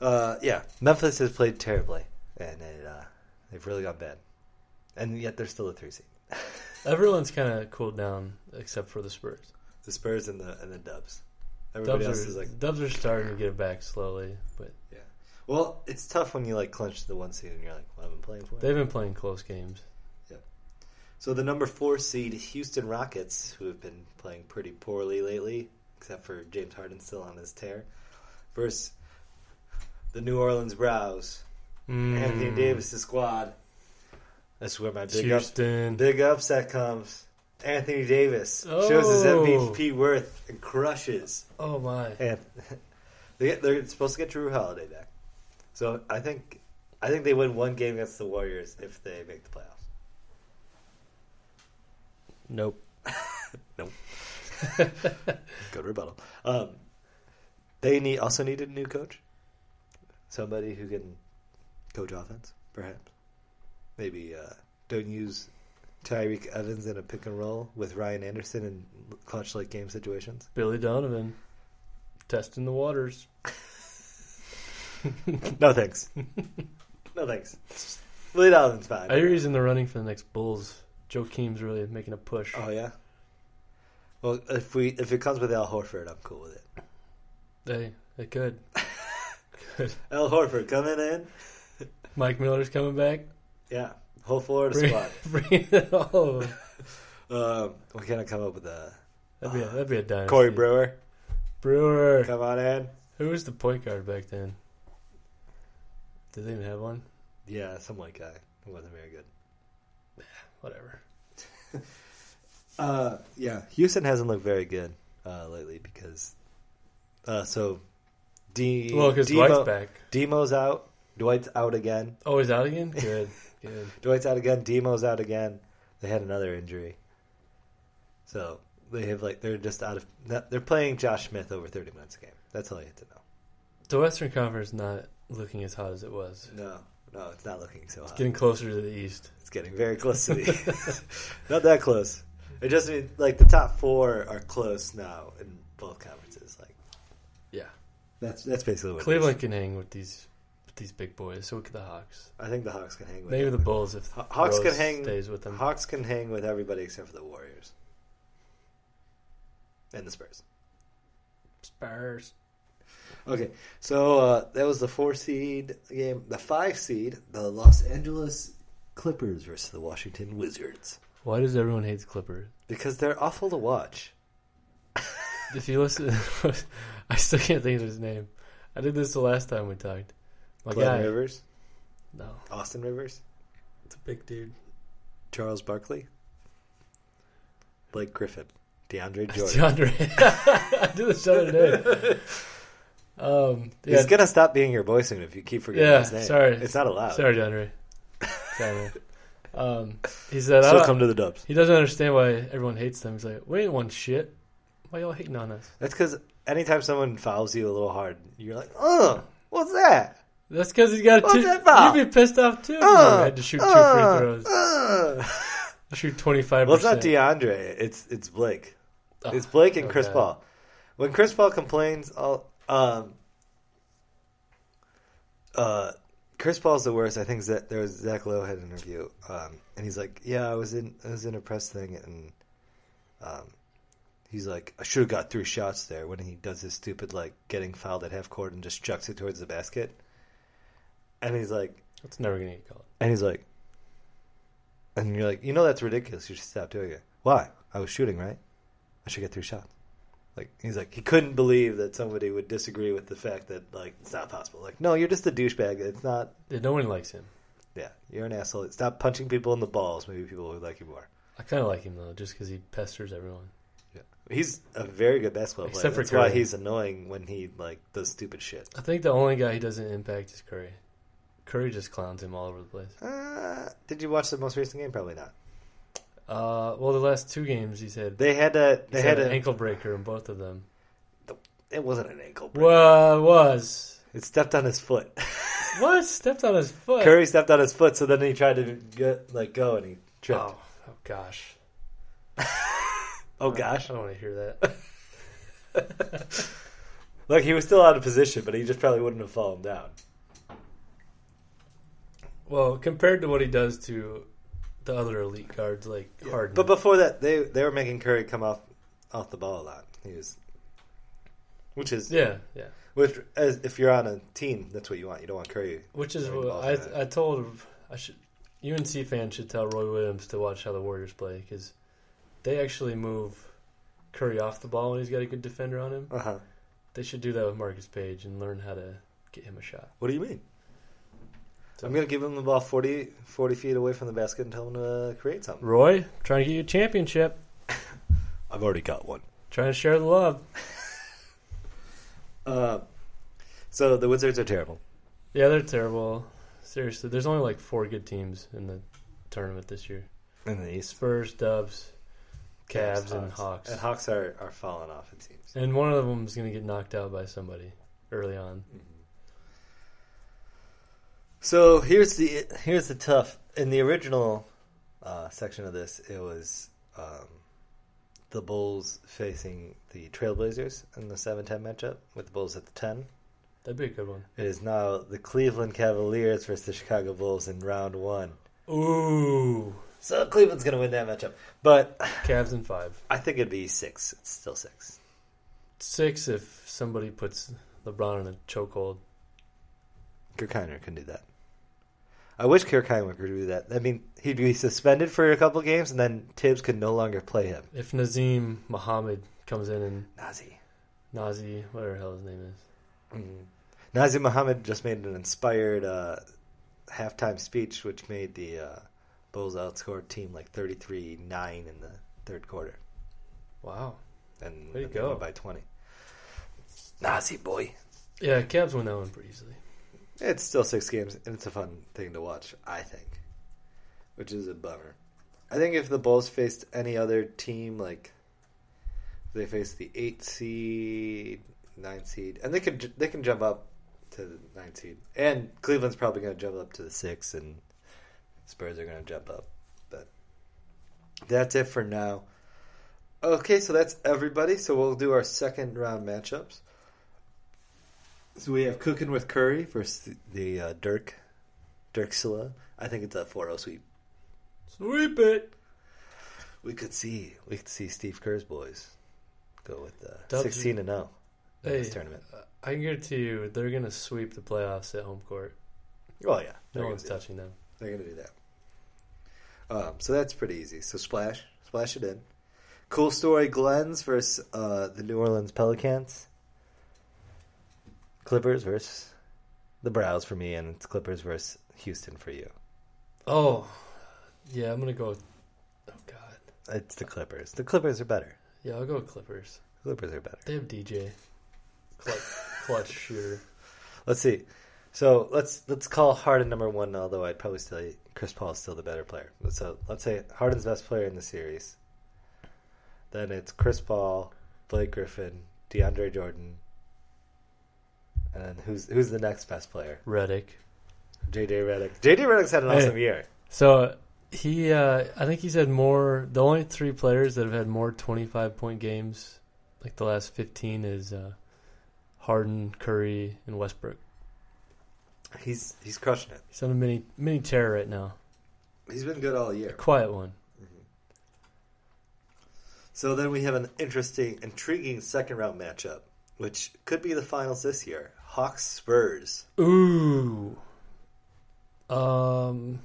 uh, yeah, Memphis has played terribly and it, uh, they've really gone bad, and yet they're still a three seed.
Everyone's kind of cooled down except for the Spurs.
The Spurs and the and the Dubs. Everybody
Dubs
else
are,
is like
Dubs are starting to get it back slowly, but
Yeah. Well, it's tough when you like clinch the one seed and you're like, well, I've been playing for
they've
it.
been playing close games.
So the number four seed Houston Rockets, who have been playing pretty poorly lately, except for James Harden still on his tear, versus the New Orleans Brows,
Mm. Hmm.
Anthony Davis' squad. That's where my big ups,
Houston.
big upset comes. Anthony Davis shows his
Oh.
MVP worth and crushes
Oh my!
And they get, they're supposed to get Drew Holiday back. So I think I think they win one game against the Warriors if they make the playoffs.
Nope.
Nope. Good rebuttal. Um, they need also need a new coach, somebody who can coach offense, perhaps. Maybe uh, don't use Tyreek Evans in a pick and roll with Ryan Anderson in clutch like game situations.
Billy Donovan testing the waters.
No thanks. no thanks. Billy Donovan's fine.
I hear he's in the running for the next Bulls. Joe Keem's really making a push.
Oh yeah. Well, if we if it comes with Al Horford, I'm cool with it.
Hey, it could. Good.
Al Horford coming in,
Mike Miller's coming back.
yeah, whole Florida
Bring,
squad.
bring it all. Over.
Um, we can't come up with a
That'd be a, that'd be a dynasty.
Corey Brewer.
Brewer.
Come on in.
Who was the point guard back then? Did they even have one?
Yeah, some white guy who wasn't very good.
Whatever.
Uh, yeah, Houston hasn't looked very good uh, lately because uh, so D
Well, because
Demo-
Dwight's back.
Demo's out. Dwight's out again.
Oh, he's out again. Good. Good.
Dwight's out again. Demo's out again. They had another injury, so they have like they're just out of. They're playing Josh Smith over thirty minutes a game. That's all you have to know.
The Western Conference not looking as hot as it was.
No, no, it's not looking so. hot.
Getting closer to the East.
It's getting very close to the. not that close. It just means like the top four are close now in both conferences. Like
Yeah.
that's that's basically what it is.
Cleveland can hang with these with these big boys. So can the Hawks.
I think the Hawks can hang with.
Maybe the
everybody.
Bulls if
Haw- Hawks
Rose
can hang.
stays with them.
Hawks can hang with everybody except for the Warriors and the Spurs.
Spurs.
Okay, so uh, that was the four seed game. The five seed, the Los Angeles Clippers versus the Washington Wizards,
Why does everyone hate the Clippers?
because they're awful to watch.
If you listen, I still can't think of his name. I did this the last time we talked. My
Glenn
guy.
Rivers,
No,
Austin Rivers,
it's a big dude.
Charles Barkley, Blake Griffin, DeAndre Jordan.
DeAndre. I did this the other day. Um, yeah,
He's gonna stop being your boy soon if you keep forgetting
yeah.
his name.
Sorry,
it's not allowed.
Sorry, DeAndre. Sorry, man. Um, he said, I
So
don't-
come to the Dubs.
he doesn't understand why everyone hates them. He's like, we ain't won shit. Why y'all hating on us?
That's because anytime someone fouls you a little hard, you're like, "Oh, what's that?"
That's because he's got a
What's
two.
that about?
You'd be pissed off too. if you
Uh,
had to shoot two
uh,
free throws.
uh.
Shoot twenty five.
Well, it's not DeAndre. It's it's Blake. It's Blake and Chris
okay.
Paul. when Chris Paul complains, all um, uh, Chris Paul's the worst. I think that there was Zach Lowe had an interview, um, and he's like, "Yeah, I was in, I was in a press thing, and um, he's like, I should have got three shots there." When he does his stupid like getting fouled at half court and just chucks it towards the basket, and he's like,
That's never gonna get called.
and he's like, and you're like, you know that's ridiculous. You should stop doing it. Why? I was shooting, right? I should get three shots. Like he's like, he couldn't believe that somebody would disagree with the fact that like it's not possible. Like, no, you're just a douchebag. It's not.
Yeah, No one likes him.
Yeah, you're an asshole. Stop punching people in the balls. Maybe people would like you more.
I kind of like him though, just because he pesters everyone.
Yeah, he's a very good basketball player.
Except for
That's why
Curry.
he's annoying when he like does stupid shit.
I think the only guy he doesn't impact is Curry. Curry just clowns him all over the place.
Uh, did you watch the most recent game? Probably not.
Uh, well, the last two games he's had,
They had a they
he's
had,
had an
a,
ankle breaker in both of them.
It wasn't an ankle. break.
Well, it was
It stepped on his foot.
what stepped on his foot?
Curry stepped on his foot, so then he tried to get like go and he tripped.
Oh,
Oh,
oh gosh, I
gosh!
don't want to hear that.
Like he was still out of position, but he just probably wouldn't have fallen down.
well, compared to what he does to the other elite guards like Harden,
But before that, they they were making Curry come off off the ball a lot. He was, which is
yeah, yeah.
which as if you're on a team, that's what you want. You don't want Curry.
Which is
Very
what
involved in that.
I I told I should UNC fans should tell Roy Williams to watch how the Warriors play because they actually move Curry off the ball when he's got a good defender on him.
Uh huh.
They should do that with Marcus Page and learn how to get him a shot.
What do you mean? I'm gonna give him the ball 40, 40 feet away from the basket and tell him to uh, create something.
Roy, trying to get you a championship,
I've already got one.
trying to share the love.
Uh, so the Wizards are terrible.
Yeah, they're terrible. Seriously, there's only like four good teams in the tournament this year:
In the East,
Spurs, Dubs, Cavs, and Hawks.
And Hawks are, are falling off, it seems.
And one of them's going to get knocked out by somebody early on.
So here's the here's the tough. In the original uh, section of this, it was um, the Bulls facing the Trailblazers in the 7 10 matchup, with the Bulls at the 10.
That'd be a good one.
It is now the Cleveland Cavaliers versus the Chicago Bulls in round one.
Ooh.
So Cleveland's going to win that matchup. But
Cavs in five.
I think it'd be six. It's still six.
Six if somebody puts LeBron in a chokehold.
Kirk Heinrich can do that. I wish Kirk Heinrich could do that. I mean, he'd be suspended for a couple games, and then Tibbs could no longer play him.
If Nazim Muhammad comes in and
Nazi.
Nazi, whatever the hell his name is.
Nazi Muhammad just made an inspired uh, halftime speech, which made the uh, Bulls outscore team like 33 9 in the third quarter.
Wow.
And
Way to
and they
go.
won by 20. Nazi boy.
Yeah, Cavs win that one pretty easily.
It's still six games, and it's a fun thing to watch, I think. Which is a bummer. I think if the Bulls faced any other team, like if they faced the eight seed, nine seed, and they could ju- they can jump up to the nine seed, and Cleveland's probably going to jump up to the six, and Spurs are going to jump up. But that's it for now. Okay, so that's everybody. So we'll do our second round matchups. So we have Cooking with Curry versus the uh, Dirk, Dirksula. I think it's a 4-0 sweep.
Sweep it.
We could see, we could see Steve Kerr's boys go with uh,
Dubs-
16 and 0 in
Hey,
this tournament.
Uh, I can guarantee you they're going to sweep the playoffs at home court.
Oh yeah,
No
they're
one's
gonna, do-
touching them.
they're gonna do that. Um, so that's pretty easy. So splash, splash it in. Cool story, Glens versus uh, the New Orleans Pelicans. Clippers versus the Browns for me, and it's Clippers versus Houston for you.
Oh, yeah, I'm going to go with. Oh, God.
It's the Clippers. The Clippers are better.
Yeah, I'll go with Clippers.
Clippers are better.
They have DJ. Clutch, clutch shooter.
Let's see. So let's let's call Harden number one. Although I'd probably say Chris Paul is still the better player. So let's say Harden's best player in the series. Then it's Chris Paul, Blake Griffin, DeAndre Jordan, and then who's who's the next best player?
Reddick.
JJ Redick. JJ Redick's had an
Hey.
awesome year.
So he, uh, I think he's had more. The only three players that have had more twenty-five point games Like the last 15 is uh, Harden, Curry, and Westbrook.
He's he's crushing it.
He's on a mini mini tear right now.
He's been good all year.
Quiet one.
So then we have an interesting, intriguing second round matchup, which could be the finals this year. Hawks Spurs.
Ooh. Um,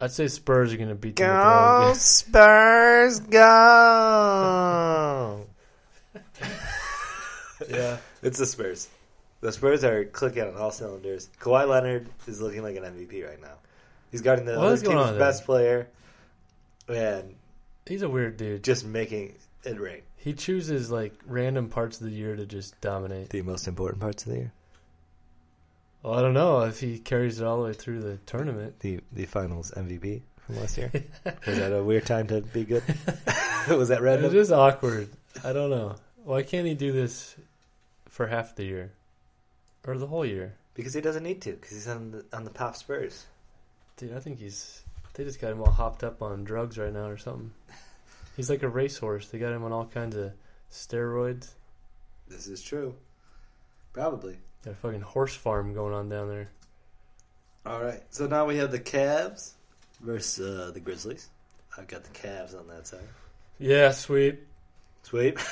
I'd say Spurs are going to beat them. with their own
Go
game.
Spurs, go!
Yeah.
It's the Spurs. The Spurs are clicking on all cylinders. Kawhi Leonard is looking like an MVP right now. He's guarding the
What
other
is going
team's
on there?
best player and
He's a weird dude.
just making it rain.
He chooses like random parts of the year to just dominate.
The most important parts of the year,
Well, I don't know if he carries it all the way through the tournament.
the the finals MVP from last year. Was that a weird time to be good? Was that
It
random?
is awkward. I don't know. Why can't he do this for half the year or the whole year?
Because he doesn't need to. Because he's on the on the top Spurs.
Dude, I think he's. They just got him all hopped up on drugs right now or something. He's like a racehorse. They got him on all kinds of steroids.
This is true. Probably.
Got a fucking horse farm going on down there.
All right. So now we have the Cavs versus uh, the Grizzlies. I've got the Cavs on that side.
Yeah, sweet.
Sweep.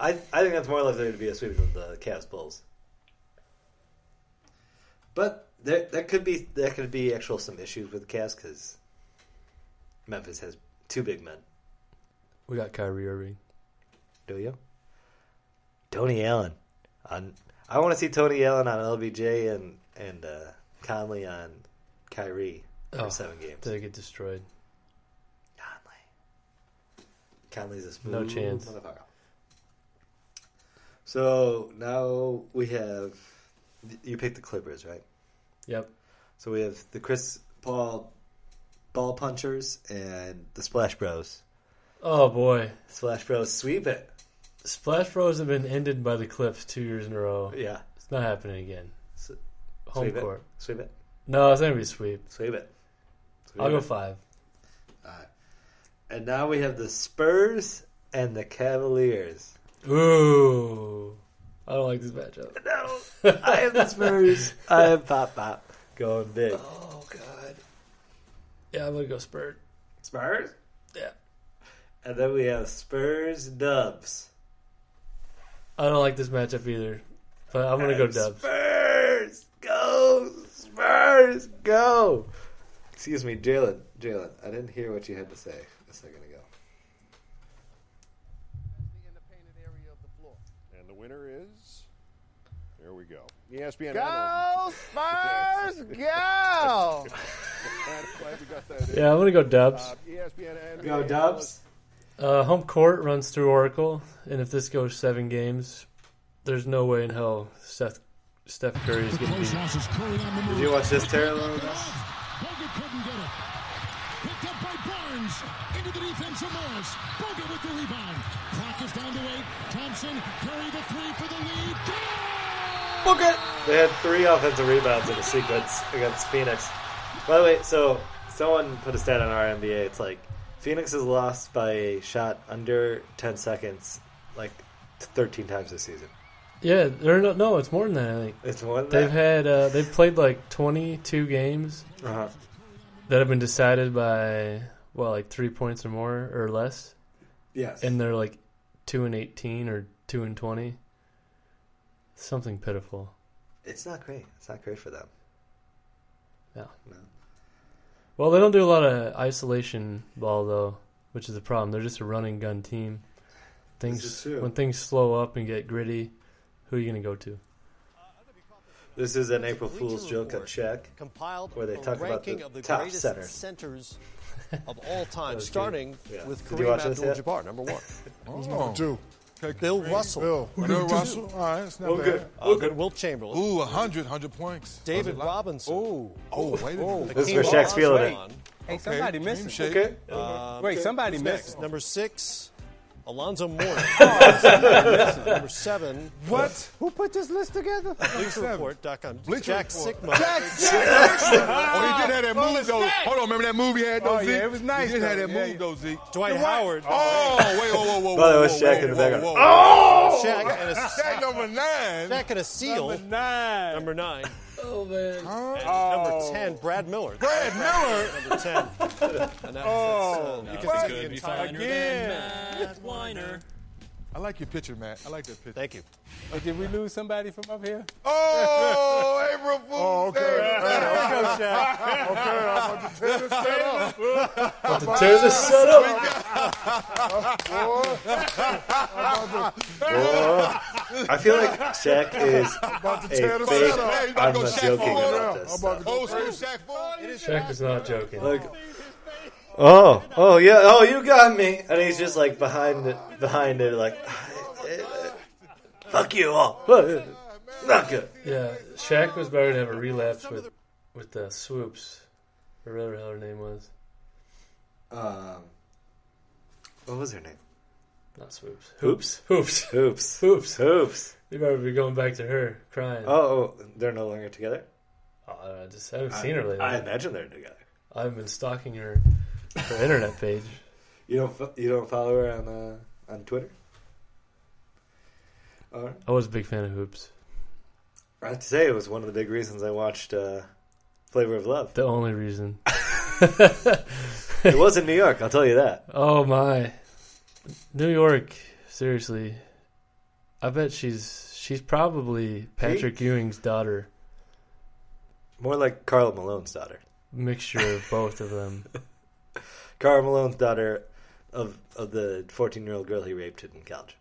I I think that's more likely to be a sweep than the Cavs Bulls. But there that could be that could be actual some issues with the Cavs because Memphis has two big men.
We got Kyrie Irving.
Do you? Tony Allen. On I want to see Tony Allen on LBJ and and uh, Conley on Kyrie for
Oh,
seven games.
They get destroyed.
Conley. Conley's a smooth
No chance.
motherfucker. So now we have you picked the Clippers, right?
Yep.
So we have the Chris Paul ball punchers and the Splash Bros.
Oh boy,
Splash Bros sweep it.
Splash Bros have been ended by the Clips two years in a row.
Yeah.
It's not happening again.
S-
Home
sweep
court.
It. Sweep it.
No, it's not gonna be a sweep.
Sweep it. Sweep
I'll
it.
go five.
And now we have the Spurs and the Cavaliers.
Ooh, I don't like this matchup.
No, I have the Spurs. I have Pop Pop going big.
Oh god. Yeah, I'm gonna go Spurs.
Spurs?
Yeah.
And then we have Spurs Dubs.
I don't like this matchup either, but I'm gonna go Dubs.
Spurs! Go! Spurs! Go! Excuse me, Jalen. Jalen, I didn't hear what you had to say a second ago.
And the winner is. There we go. E ESPN.
Go
Admiral.
Spurs, go!
I'm glad we got that in.
Yeah, I'm gonna go Dubs.
Uh, ESPN. NBA
Go Dubs?
Uh, home court runs through Oracle, and if this goes seven games, there's no way in hell Steph Steph Curry is gonna
Close
beat.
house is Curry on the move.
Did you watch this, Terry Lewis?
Bogut couldn't get it. Picked up by Barnes. Into the defense of Morris. Bogut with the rebound. Clock is down to eight. Thompson, Curry the three for the lead. Good!
Book it! They had three offensive rebounds in a sequence against Phoenix. By the way, so someone put a stat on our NBA. It's like Phoenix has lost by a shot under 10 seconds like 13 times this season.
Yeah, they're no, no, it's more than that. I think
It's more than
they've
that.
had uh, they've played like 22 games
uh-huh.
that have been decided by well, like three points or more or less,
Yes.
and they're like two and 18 or two and 20. Something pitiful.
It's not great. It's not great for them.
Well, they don't do a lot of isolation ball though, which is the problem. They're just a running gun team. Things
is true.
when things slow up and get gritty, who are you gonna go to?
This is an April Fool's joke on Shaq.
compiled
where they
a
talk about
ranking
the
of the
top
greatest
centers.
centers of all time,
was
starting
good. Yeah.
with
Did you watch
Kareem
this yet?
Abdul-Jabbar, number one. Oh.
Number two. Okay,
Bill
Kareem.
Russell.
Bill, Bill Russell. All right, it's not bad.
good.
Uh, then Wilt Chamberlain.
Ooh, 100, 100 points.
David
Hundred li-
Robinson.
Oh, oh, wait a minute.
This is
Hakeem
for Shaq's feeling it.
Olajuwon.
Hey, somebody
dream
missing.
shape.
Okay.
Uh,
Wait, somebody
who's
missing.
next? Number six, Alonzo Mourning, number seven,
What?
Who put this list together?
bleacherreport.com.
Bleacher
Jack
Report.
Sigma.
Oh, he did have that move though. Hold on, remember that move he had though,
Oh,
Zeke?
yeah, it was nice,
He did have
though.
that
Yeah,
move
yeah.
though, Zeke.
Dwight Howard,
Oh, wait, whoa, whoa, whoa, whoa.
By the way,
whoa,
Shaq
whoa,
in the
whoa,
background.
whoa, whoa.
Shaq, and a,
Shaq number nine.
Shaq and a seal,
Number nine.
number nine.
Oh man.
And number 10, Brad Miller.
Brad Miller.
Number 10. And that was, that's, uh,
what?
the
Good
entire-
I like your picture, Matt. I like that picture.
Thank you.
Oh, did we lose somebody from up here?
Oh, April Fool's
Oh, okay.
Day.
About to tear this set up.
I feel like Shaq is
About to tear
a
the
fake.
set up.
Hey,
I'm
go
not
Shaq
joking about
all down.
this.
I'm
stuff.
about to
Old school Shaq Fool.
Shaq was not joking.
Like, oh, oh yeah, oh you got me, and he's just like behind it, behind it, like, fuck you all, not good.
Yeah, Shaq was about to have a relapse with with the swoops, or whatever the hell her name was.
Um, what was her name?
Not swoops. Hoops. Hoops.
Hoops,
Hoops.
hoops.
You better be going back to her crying. Oh,
Oh, oh, they're no longer together.
I just I haven't seen her lately.
I
I,
imagine they're together.
have been stalking her her internet page.
You don't, fo- you don't follow her on uh, on Twitter. All right.
I was a big fan of Hoops.
I have to say, it was one of the big reasons I watched uh, Flavor of Love.
The only reason.
It was in New York, I'll tell you that.
Oh my, New York. Seriously, I bet she's she's probably Patrick Ewing's daughter.
More like Carl Malone's daughter.
Mixture of both of them.
Carl Malone's daughter of of the 14 year old girl he raped in college.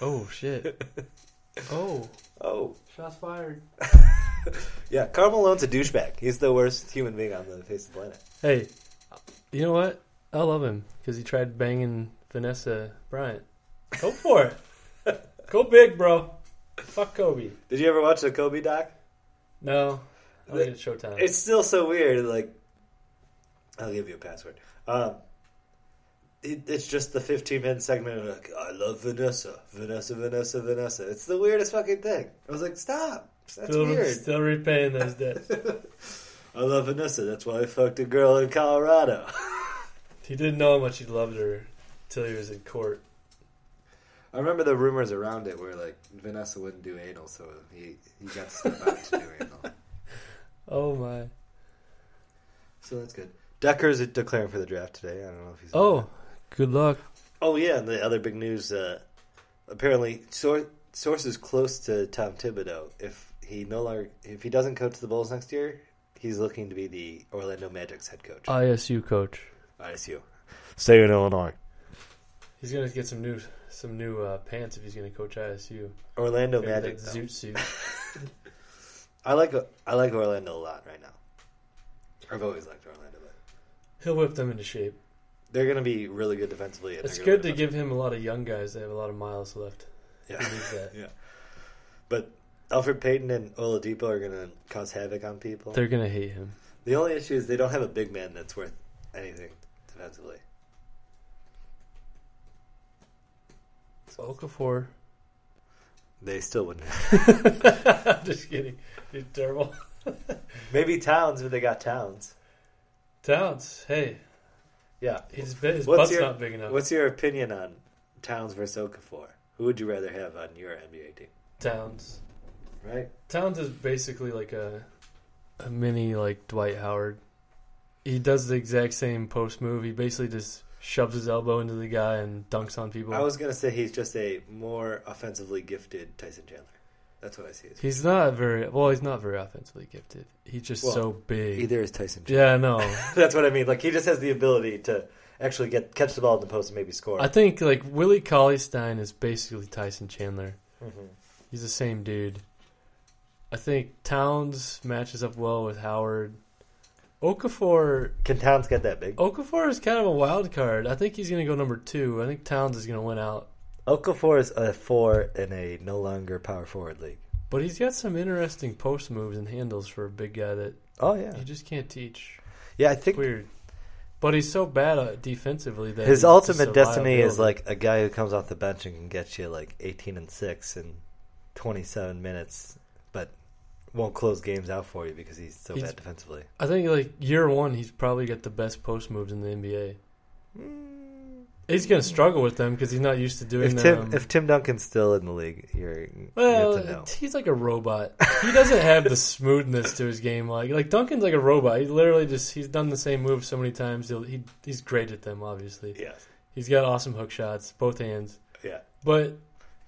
Oh shit. Oh,
Oh.
shots fired.
Yeah, Carl Malone's a douchebag. He's the worst human being on the face of the planet.
Hey, you know what? I love him because he tried banging Vanessa Bryant. Go for it. Go big, bro. Fuck Kobe.
Did you ever watch the Kobe doc?
No, I need Showtime.
It's still so weird. Like, I'll give you a password. Um, it, it's just the 15 minute segment of like, I love Vanessa, Vanessa, Vanessa, Vanessa. It's the weirdest fucking thing. I was like, stop. That's
still,
weird.
still repaying those debts.
I love Vanessa. That's why I fucked a girl in Colorado.
he didn't know how much he loved her till he was in court.
I remember the rumors around it were like Vanessa wouldn't do anal, so he he got to step out to do anal.
Oh my.
So that's good. Decker's declaring for the draft today. I don't know if he's.
Oh, good luck.
Oh yeah, and the other big news. Uh, apparently, sor- sources close to Tom Thibodeau. If he no longer, if he doesn't coach the Bulls next year, he's looking to be the Orlando Magic's head coach.
Uh, ISU coach.
ISU. Stay in Illinois.
He's gonna get some new some new uh, pants if he's gonna coach ISU.
Orlando
Maybe
Magic.
that
though.
zoot suit.
I like I like Orlando a lot right now. I've always liked Orlando, but
He'll whip them into shape.
they're going to be really good defensively. and
It's
they're gonna
good to
win a
give him a lot of young guys that have a lot of miles left.
bunch-
He
Yeah.
needs that.
Yeah. But Alfred Payton and Oladipo are going to cause havoc on people.
They're gonna hate him.
The only issue is they don't have a big man that's worth anything defensively.
Okafor.
They still wouldn't.
I'm just kidding. He's terrible.
Maybe Towns, but they got Towns.
Towns. Hey,
Yeah.
his, bi- his
What's
butt's
your,
not big enough.
what's your opinion on Towns versus Okafor? Who would you rather have on your NBA team?
Towns.
Right?
Towns is basically like a a mini like Dwight Howard. He does the exact same post move. He basically just shoves his elbow into the guy and dunks on people.
I was going to say he's just a more offensively gifted Tyson Chandler. That's what I see. as-
He's not very well. He's not very offensively gifted. He's just
Well,
so big.
Either is Tyson Chandler.
Yeah, no.
That's what I mean. Like he just has the ability to actually get catch the ball in the post and maybe score.
I think like Willie Cauley Stein is basically Tyson Chandler.
Mm-hmm.
He's the same dude. I think Towns matches up well with Howard. Okafor,
Can Towns get that big?
Okafor is kind of a wild card. I think he's going to go number two. I think Towns is going to win out,
Okafor is a four in a no longer power forward league.
but he's got some interesting post moves and handles for a big guy that
Oh yeah,
you just can't teach.
yeah. I think
Weird. But he's so bad uh, defensively that
His
he's just a
ultimate destiny is
liability.
like a guy who comes off the bench and can get you like 18 and 6 in 27 minutes, but won't close games out for you because he's so
He's-
bad defensively.
I think like year one, he's probably got the best post moves in the NBA. He's gonna struggle with them because he's not used to doing
If
them.
Tim if Tim Duncan's still in the league, you're you have to know.
um, well, he's like a robot. He doesn't have the smoothness to his game. Like like Duncan's like a robot. He literally just he's done the same move so many times. He'll, he he's great at them. Obviously,
Yeah,
he's got awesome hook shots, both hands.
yeah.
But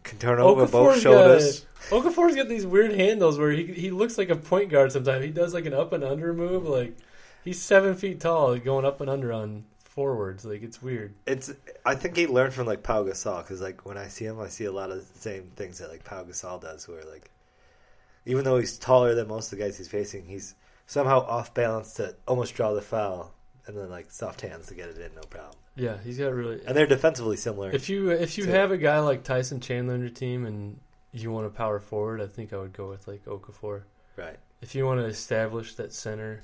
Can turn over both
Okafor's
shoulders.
got Okafor's got these weird handles where he he looks like a point guard sometimes. He does like an up and under move. Like he's seven feet tall, going up and under on forwards. Like it's weird.
It's. I think he learned from like Pau Gasol because like when I see him, I see a lot of the same things that like Pau Gasol does. Where like, even though he's taller than most of the guys he's facing, he's somehow off balance to almost draw the foul and then like soft hands to get it in, no problem.
Yeah, he's got really.
And they're defensively similar.
If you if you
So-
have a guy like Tyson Chandler on your team and you want a power forward, I think I would go with like Okafor.
right.
If you want to establish that center,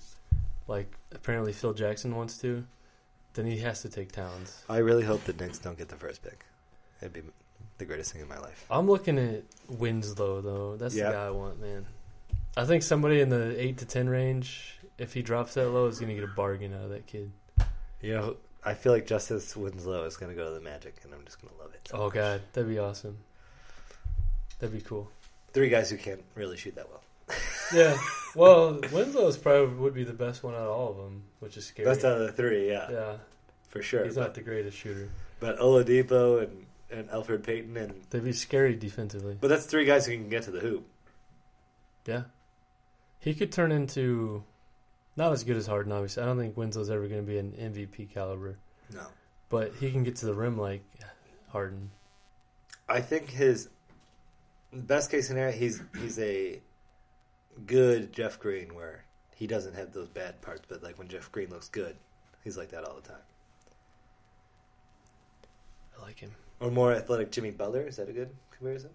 like apparently Phil Jackson wants to, then he has to take Towns.
I really hope the Knicks don't get the first pick. It'd be the greatest thing in my life.
I'm looking at Winslow though. That's
Yeah.
the guy I want, man. I think somebody in the eight to ten range, if he drops that low, is gonna get a bargain out of that kid.
You know, I feel like Justice Winslow is going to go to the Magic, and I'm just going to love it.
Oh god, that'd be awesome. That'd be cool.
Three guys who can't really shoot that well.
Yeah. Well, Winslow's probably would be the best one out of all of them, which is scary.
That's out of the three, yeah,
yeah,
for sure.
he's not the greatest shooter.
But Oladipo and, and Alfred Payton and
They'd be scary defensively.
but that's three guys who can get to the hoop.
Yeah. He could turn into not as good as Harden, obviously. I don't think Winslow's ever going to be an MVP caliber,
No,
but he can get to the rim like Harden.
I think his best case scenario he's he's a good Jeff Green where he doesn't have those bad parts, but like when Jeff Green looks good, he's like that all the time.
I like him.
Or more athletic Jimmy Butler is that a good comparison?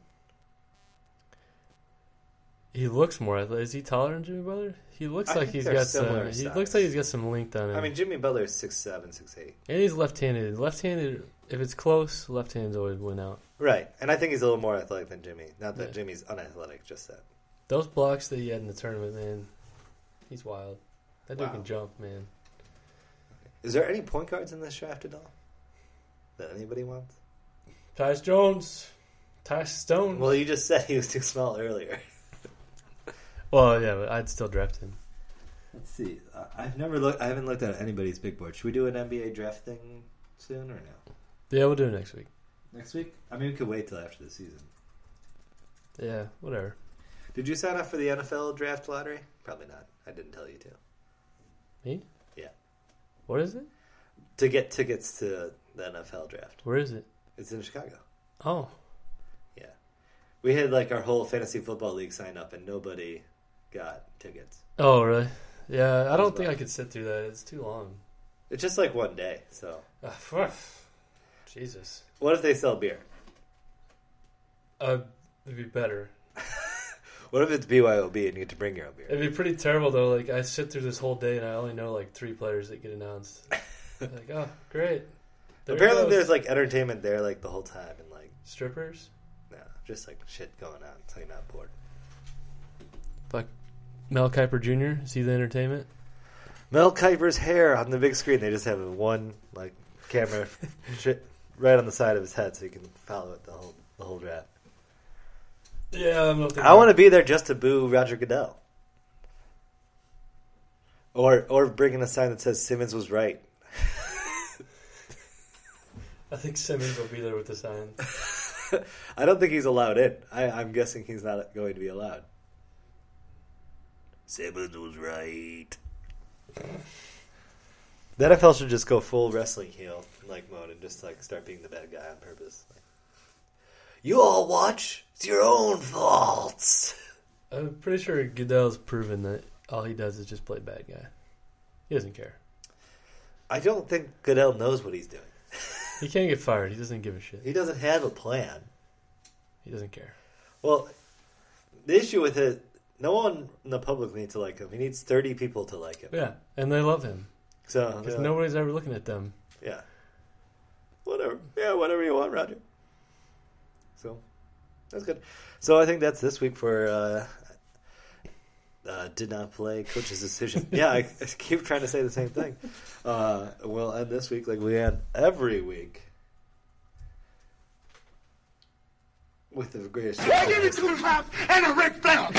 He looks more athletic. Is he taller than Jimmy Butler? He looks
I
like
think
he's
they're
got
similar
some. He
size.
looks like he's got some length on him.
I mean Jimmy Butler is six seven, six eight.
and he's left-handed. Left-handed. If it's close, left-hand's always win out.
Right, and I think he's a little more athletic than Jimmy. Not that
Yeah.
Jimmy's unathletic, just that.
Those blocks that he had in the tournament, man, he's wild. That dude
Wow.
can jump, man.
Is there any point guards in this draft at all that anybody wants?
Tyus Jones, Tyus Stone.
Well, you just said he was too small earlier.
Well, yeah, but I'd still draft him.
Let's see. I- I've never looked. I haven't looked at anybody's big board. Should we do an NBA draft thing soon or no?
Yeah, we'll do it next week.
Next week? I mean, we could wait till after the season.
Yeah, whatever.
Did you sign up for the NFL draft lottery? Probably not. I didn't tell you to.
Me?
Yeah.
What is it?
To get tickets to the NFL draft,
Where is it?
it's in Chicago.
Oh,
Yeah, we had like our whole fantasy football league sign up, and nobody got tickets.
oh, really? Yeah, I don't think I
rough.
could sit through that. It's too long.
It's just like one day. So,
Ah, phew. Jesus,
what if they sell beer?
uh, it'd be better.
What if it's BYOB and you get to bring your own beer?
It'd be pretty terrible though. Like I sit through this whole day and I only know like three players that get announced. like, oh, great. There
Apparently,
goes.
there's like entertainment there like the whole time, and like
strippers.
no, just like shit going on, so you're not bored.
Fuck. Mel Kiper Jr. See the entertainment.
Mel Kiper's hair on the big screen. They just have one like camera shit right on the side of his head, so you can follow it the whole the whole draft.
Yeah, I'm not.
I want to be there just to boo Roger Goodell, or or bring in a sign that says Simmons was right.
I think Simmons will be there with the sign.
I don't think he's allowed in. I, I'm guessing he's not going to be allowed. Simmons was right. The NFL should just go full wrestling heel like mode and just like start being the bad guy on purpose. Like, you all watch. It's your own faults.
I'm pretty sure Goodell's proven that all he does is just play bad guy. He doesn't care.
I don't think Goodell knows what he's doing.
He can't get fired. He doesn't give a shit.
He doesn't have a plan.
He doesn't care.
Well, the issue with it, no one in the public needs to like him. He needs thirty people to like him.
Yeah, and they love him.
So uh,
because
they're like,
nobody's ever looking at them.
yeah, whatever. Yeah, whatever you want, Roger. So that's good. So I think that's this week for. Uh, uh, did not play coach's decision. yeah, I, I keep trying to say the same thing. Uh, we'll end this week like we end every week with the greatest.
give me two claps and a Ric Flair.